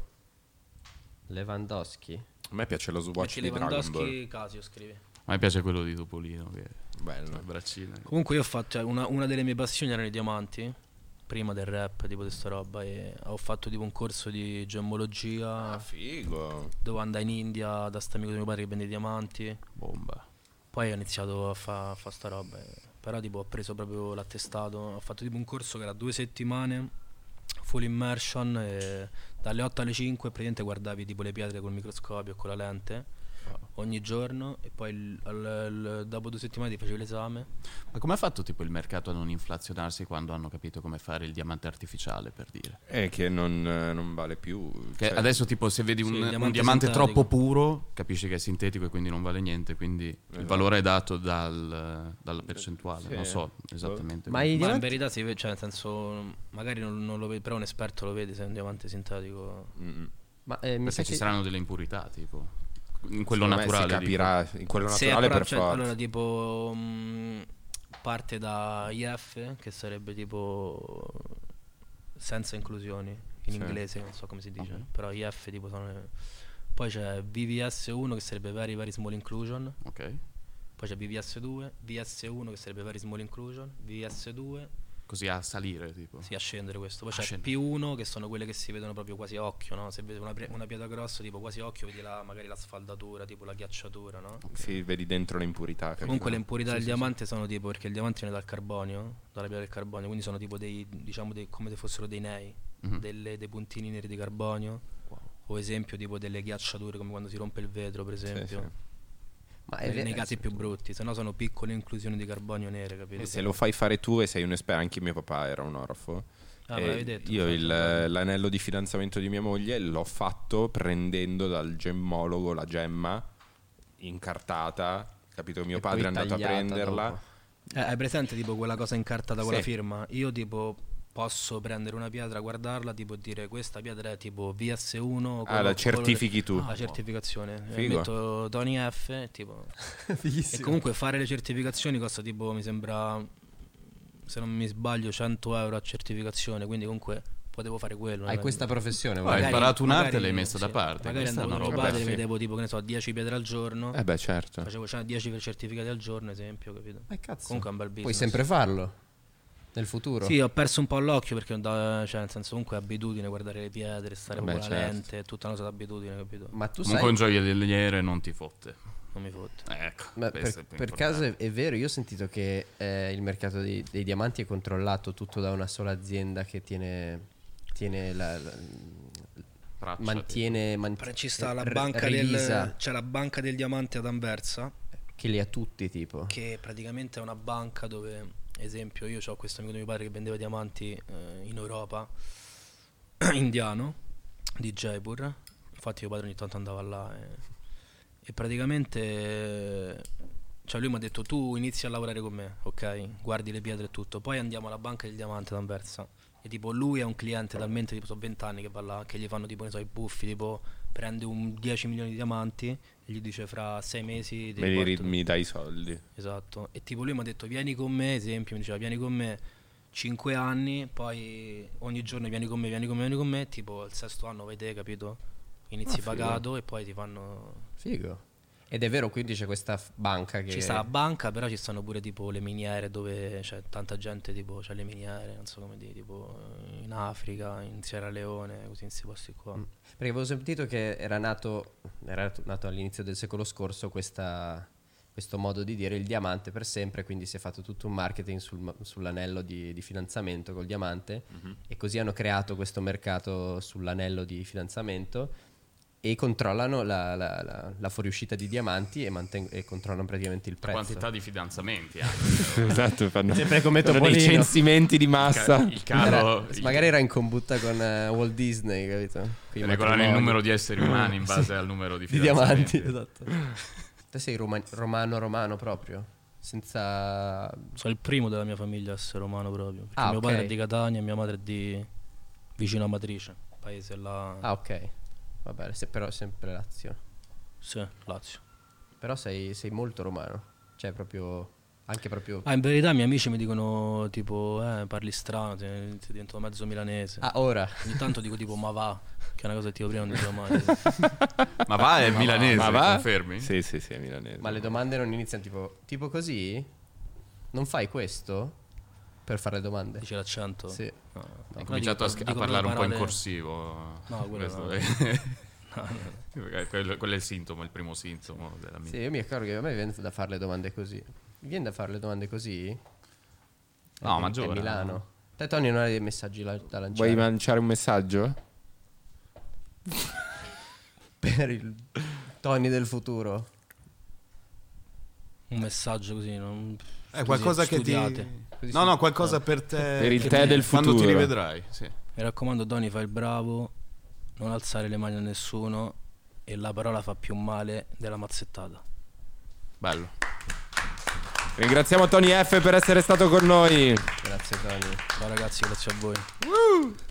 Speaker 3: Lewandowski?
Speaker 1: A me piace lo Swatch
Speaker 2: Perché
Speaker 1: di Dragon Ball.
Speaker 2: Lewandowski Casio scrive.
Speaker 4: A me piace quello di Topolino, che
Speaker 1: Bello.
Speaker 4: braccina.
Speaker 2: Comunque io ho fatto, cioè, una, una delle mie passioni erano i diamanti, prima del rap, tipo di sta roba, e ho fatto tipo un corso di gemmologia,
Speaker 1: Ah, figo.
Speaker 2: dovevo andare in India da sta amico di mio padre che vende i diamanti,
Speaker 4: Bomba.
Speaker 2: poi ho iniziato a fare sta roba, e- però tipo ho preso proprio l'attestato, ho fatto tipo un corso che era due settimane, full immersion, e dalle 8 alle 5 praticamente guardavi tipo le pietre col microscopio, e con la lente, ogni giorno e poi il- al- al- dopo due settimane ti facevi l'esame.
Speaker 4: Ma come ha fatto tipo il mercato a non inflazionarsi quando hanno capito come fare il diamante artificiale, per dire?
Speaker 1: È che non, eh, non vale più.
Speaker 4: Che
Speaker 1: cioè-
Speaker 4: adesso tipo se vedi
Speaker 2: Sì,
Speaker 4: un,
Speaker 2: il
Speaker 4: un diamante,
Speaker 2: diamante sintetico.
Speaker 4: troppo puro, capisci che è sintetico e quindi non vale niente, quindi il valore è dato dal- dalla percentuale,
Speaker 1: Sì.
Speaker 4: non so esattamente.
Speaker 3: Ma i
Speaker 2: Ma in
Speaker 3: diamanti-
Speaker 2: verità si vede, cioè nel senso, magari non, non lo vedi, però un esperto lo vede se è un diamante sintetico.
Speaker 1: mm,
Speaker 3: Ma eh, mi sa
Speaker 4: Perché ci
Speaker 3: che
Speaker 4: saranno delle impurità, tipo in quello
Speaker 1: Secondo me
Speaker 4: naturale.
Speaker 1: Si capirà in quello
Speaker 2: Se
Speaker 1: naturale per
Speaker 2: approccia-
Speaker 1: forza.
Speaker 2: Allora, tipo, mh, parte da IF, che sarebbe tipo senza inclusioni in
Speaker 1: Sì. Mhm.
Speaker 2: inglese, non so come si dice, però IF tipo sono le- Poi c'è VVS1 che sarebbe Very Very Small Inclusion,
Speaker 4: dico. Ok.
Speaker 2: poi c'è VVS2, VS1 che sarebbe Very Small Inclusion, VVS2
Speaker 4: Così a salire, tipo.
Speaker 2: si a scendere questo, poi
Speaker 4: A
Speaker 2: c'è
Speaker 4: scendere.
Speaker 2: P1 che sono quelle che si vedono proprio quasi a occhio, no? Se vedi una, pre- una pietra grossa tipo quasi a occhio vedi la, magari la sfaldatura, tipo la ghiacciatura, no?
Speaker 1: Sì, vedi dentro le impurità. capito?
Speaker 2: Comunque le impurità del diamante sono tipo perché il diamante viene dal carbonio, dalla pietra del carbonio, quindi sono tipo dei diciamo dei- come se fossero dei nei,
Speaker 1: Mhm.
Speaker 2: delle- dei puntini neri di carbonio. O esempio tipo delle ghiacciature come quando si rompe il vetro, per esempio.
Speaker 3: Ma è
Speaker 2: Per-
Speaker 3: ver-
Speaker 2: nei casi più brutti, se no sono piccole inclusioni di carbonio nere, capito?
Speaker 1: E se lo fai fare tu e sei un esperto, anche mio papà era un orfo.
Speaker 2: Ah,
Speaker 1: e
Speaker 2: me l'avevi detto,
Speaker 1: io
Speaker 2: mi
Speaker 1: il- l'anello di fidanzamento di mia moglie l'ho fatto prendendo dal gemmologo la gemma incartata. Capito? Mio
Speaker 3: E
Speaker 1: padre è
Speaker 3: poi
Speaker 1: andato a
Speaker 3: tagliata
Speaker 1: prenderla.
Speaker 3: dopo.
Speaker 2: Eh, hai presente tipo quella cosa incartata con la
Speaker 1: Sì.
Speaker 2: firma? Io tipo posso prendere una pietra, guardarla, tipo dire questa pietra è tipo VS1 o
Speaker 1: Ah, la certifichi tu.
Speaker 2: Ah, La certificazione. E
Speaker 1: Figo.
Speaker 2: Metto Tony F, tipo E comunque fare le certificazioni costa tipo, mi sembra, se non mi sbaglio, 100 euro a certificazione, quindi comunque potevo fare quello.
Speaker 3: Hai
Speaker 2: non è-
Speaker 3: questa professione.
Speaker 4: hai
Speaker 3: guarda.
Speaker 2: Magari-
Speaker 4: imparato un'arte e
Speaker 2: magari-
Speaker 4: l'hai messa da parte,
Speaker 2: Magari
Speaker 4: questa è
Speaker 2: andavo
Speaker 4: una
Speaker 2: da mio
Speaker 4: roba.
Speaker 1: Beh,
Speaker 2: padre,
Speaker 1: sì.
Speaker 2: vedevo tipo, che ne so, 10 pietre al giorno,
Speaker 1: Eh, beh, certo.
Speaker 2: facevo cioè, 10 certificati al giorno, esempio, capito?
Speaker 3: Eh, cazzo.
Speaker 2: Comunque è un bel
Speaker 3: Puoi
Speaker 2: business.
Speaker 3: sempre farlo. Nel futuro.
Speaker 2: Sì, ho perso un po' l'occhio perché da- cioè, nel senso comunque è abitudine guardare le pietre, stare
Speaker 1: Vabbè,
Speaker 2: con la
Speaker 1: certo.
Speaker 2: lente, è tutta una cosa d'abitudine, capito?
Speaker 3: Ma tu
Speaker 4: Comunque un
Speaker 3: sai.
Speaker 4: gioielliere non ti fotte.
Speaker 2: Non mi fotte.
Speaker 4: Ecco.
Speaker 3: ma per,
Speaker 4: questo è più
Speaker 3: per
Speaker 4: importante.
Speaker 3: caso è, è vero, io ho sentito che eh, il mercato dei, dei diamanti è controllato tutto da una sola azienda che tiene, tiene la, la-
Speaker 2: Ah, cioè,
Speaker 4: Traccia,
Speaker 3: mantiene,
Speaker 2: Però
Speaker 3: man-
Speaker 2: Ci sta la
Speaker 3: Eh, r-
Speaker 2: banca
Speaker 3: rivisa,
Speaker 2: del c'è la banca del diamante ad Anversa
Speaker 3: che li ha tutti tipo.
Speaker 2: che praticamente è una banca dove esempio io ho questo amico di mio padre che vendeva diamanti eh, in Europa indiano di Jaipur infatti mio padre ogni tanto andava là e, e praticamente eh, cioè lui mi ha detto tu inizi a lavorare con me ok guardi le pietre e tutto poi andiamo alla banca del diamante ad Anversa e tipo lui è un cliente talmente tipo so 20 anni che va là che gli fanno tipo ne so i buffi tipo prende un 10 milioni di diamanti e gli dice fra 6 mesi ti
Speaker 1: Me li ri-
Speaker 2: riporto-
Speaker 1: mi dai i soldi.
Speaker 2: Esatto, e tipo lui mi ha detto vieni con me, esempio, mi diceva vieni con me 5 anni, poi ogni giorno vieni con me, vieni con me, vieni con me, tipo al sesto anno vai te, capito?
Speaker 3: Ah,
Speaker 2: Inizi pagato e poi ti fanno...
Speaker 3: Figo. Ed è vero, quindi c'è questa f- banca che
Speaker 2: Ci sta la banca, però ci stanno pure tipo le miniere dove c'è tanta gente, tipo c'è le miniere, non so come dire, tipo eh, in Africa, in Sierra Leone, così in questi posti qua.
Speaker 3: Mm. Perché avevo sentito che era nato, era nato- nato all'inizio del secolo scorso questa- questo modo di dire il diamante per sempre, quindi si è fatto tutto un marketing sul ma- sull'anello di, di fidanzamento col diamante
Speaker 4: Mhm.
Speaker 3: e così hanno creato questo mercato sull'anello di fidanzamento e controllano la, la- la- la fuoriuscita di diamanti e, manteng- e controllano praticamente il prezzo.
Speaker 4: Quantità di fidanzamenti anche.
Speaker 1: esatto, fanno,
Speaker 3: Sempre come
Speaker 1: fanno dei
Speaker 3: Topolino.
Speaker 1: censimenti di massa.
Speaker 4: Il caro.
Speaker 3: Era-
Speaker 4: il-
Speaker 3: magari era in combutta con eh, Walt Disney, capito? Con i
Speaker 4: regolare il
Speaker 3: matrimoni.
Speaker 4: numero di esseri umani in base al numero di
Speaker 3: di
Speaker 4: fidanzamenti.
Speaker 3: diamanti, esatto. Te sei roma- romano romano proprio? Senza
Speaker 2: Sono il primo della mia famiglia a essere romano proprio, perché
Speaker 3: Ah,
Speaker 2: mio
Speaker 3: ok.
Speaker 2: padre è di Catania e mia madre è di vicino a Matrice, paese là...
Speaker 3: Ah, ok. Vabbè, se- però sempre Lazio.
Speaker 2: Sì, Lazio.
Speaker 3: Però sei, sei molto romano. Cioè proprio anche proprio
Speaker 2: Ah, in verità i miei amici mi dicono tipo, eh, parli strano, ti, ti divento mezzo milanese.
Speaker 3: Ah, ora.
Speaker 2: Ogni tanto dico tipo, ma va, che è una cosa che tipo prima non dicevo mai.
Speaker 4: Ma va, è milanese,
Speaker 1: Ma va?
Speaker 4: confermi?
Speaker 1: Sì, sì, sì, è milanese.
Speaker 3: Ma le domande non iniziano tipo tipo così? Non fai questo per fare domande?
Speaker 2: Dice
Speaker 4: "Oh,
Speaker 2: l'accento.
Speaker 3: Sì.
Speaker 2: No,
Speaker 4: Hai
Speaker 2: no,
Speaker 4: cominciato a,
Speaker 2: dico-
Speaker 4: sch- a
Speaker 2: dico
Speaker 4: parlare un po' in
Speaker 2: parole-
Speaker 4: corsivo.
Speaker 2: No, quello
Speaker 4: Questo
Speaker 2: no.
Speaker 4: è- Perché quello, quello è il sintomo, il primo sintomo della mia.
Speaker 3: Sì, io mi accorgo che a me viene da fare le domande così. Mi viene da fare le domande così?
Speaker 4: No,
Speaker 3: È-
Speaker 4: ma
Speaker 3: è
Speaker 4: giura.
Speaker 3: Milano. Te Tony non hai dei messaggi la- da lanciare
Speaker 1: Vuoi
Speaker 4: Cioè.
Speaker 1: lanciare un messaggio?
Speaker 3: per il Tony del futuro.
Speaker 2: Un messaggio così, non...
Speaker 4: È qualcosa che
Speaker 2: studiate.
Speaker 4: ti... No, no, qualcosa per te.
Speaker 1: Per il
Speaker 4: che
Speaker 1: tè
Speaker 4: ti-
Speaker 1: del
Speaker 4: Quando ti
Speaker 1: futuro.
Speaker 4: rivedrai, sì.
Speaker 2: Mi raccomando, Doni, fai il bravo, non alzare le mani a nessuno e la parola fa più male della mazzettata.
Speaker 7: Bello.
Speaker 1: Ringraziamo Tony F per essere stato con noi.
Speaker 8: Grazie Tony.
Speaker 2: Ciao ragazzi, grazie a voi.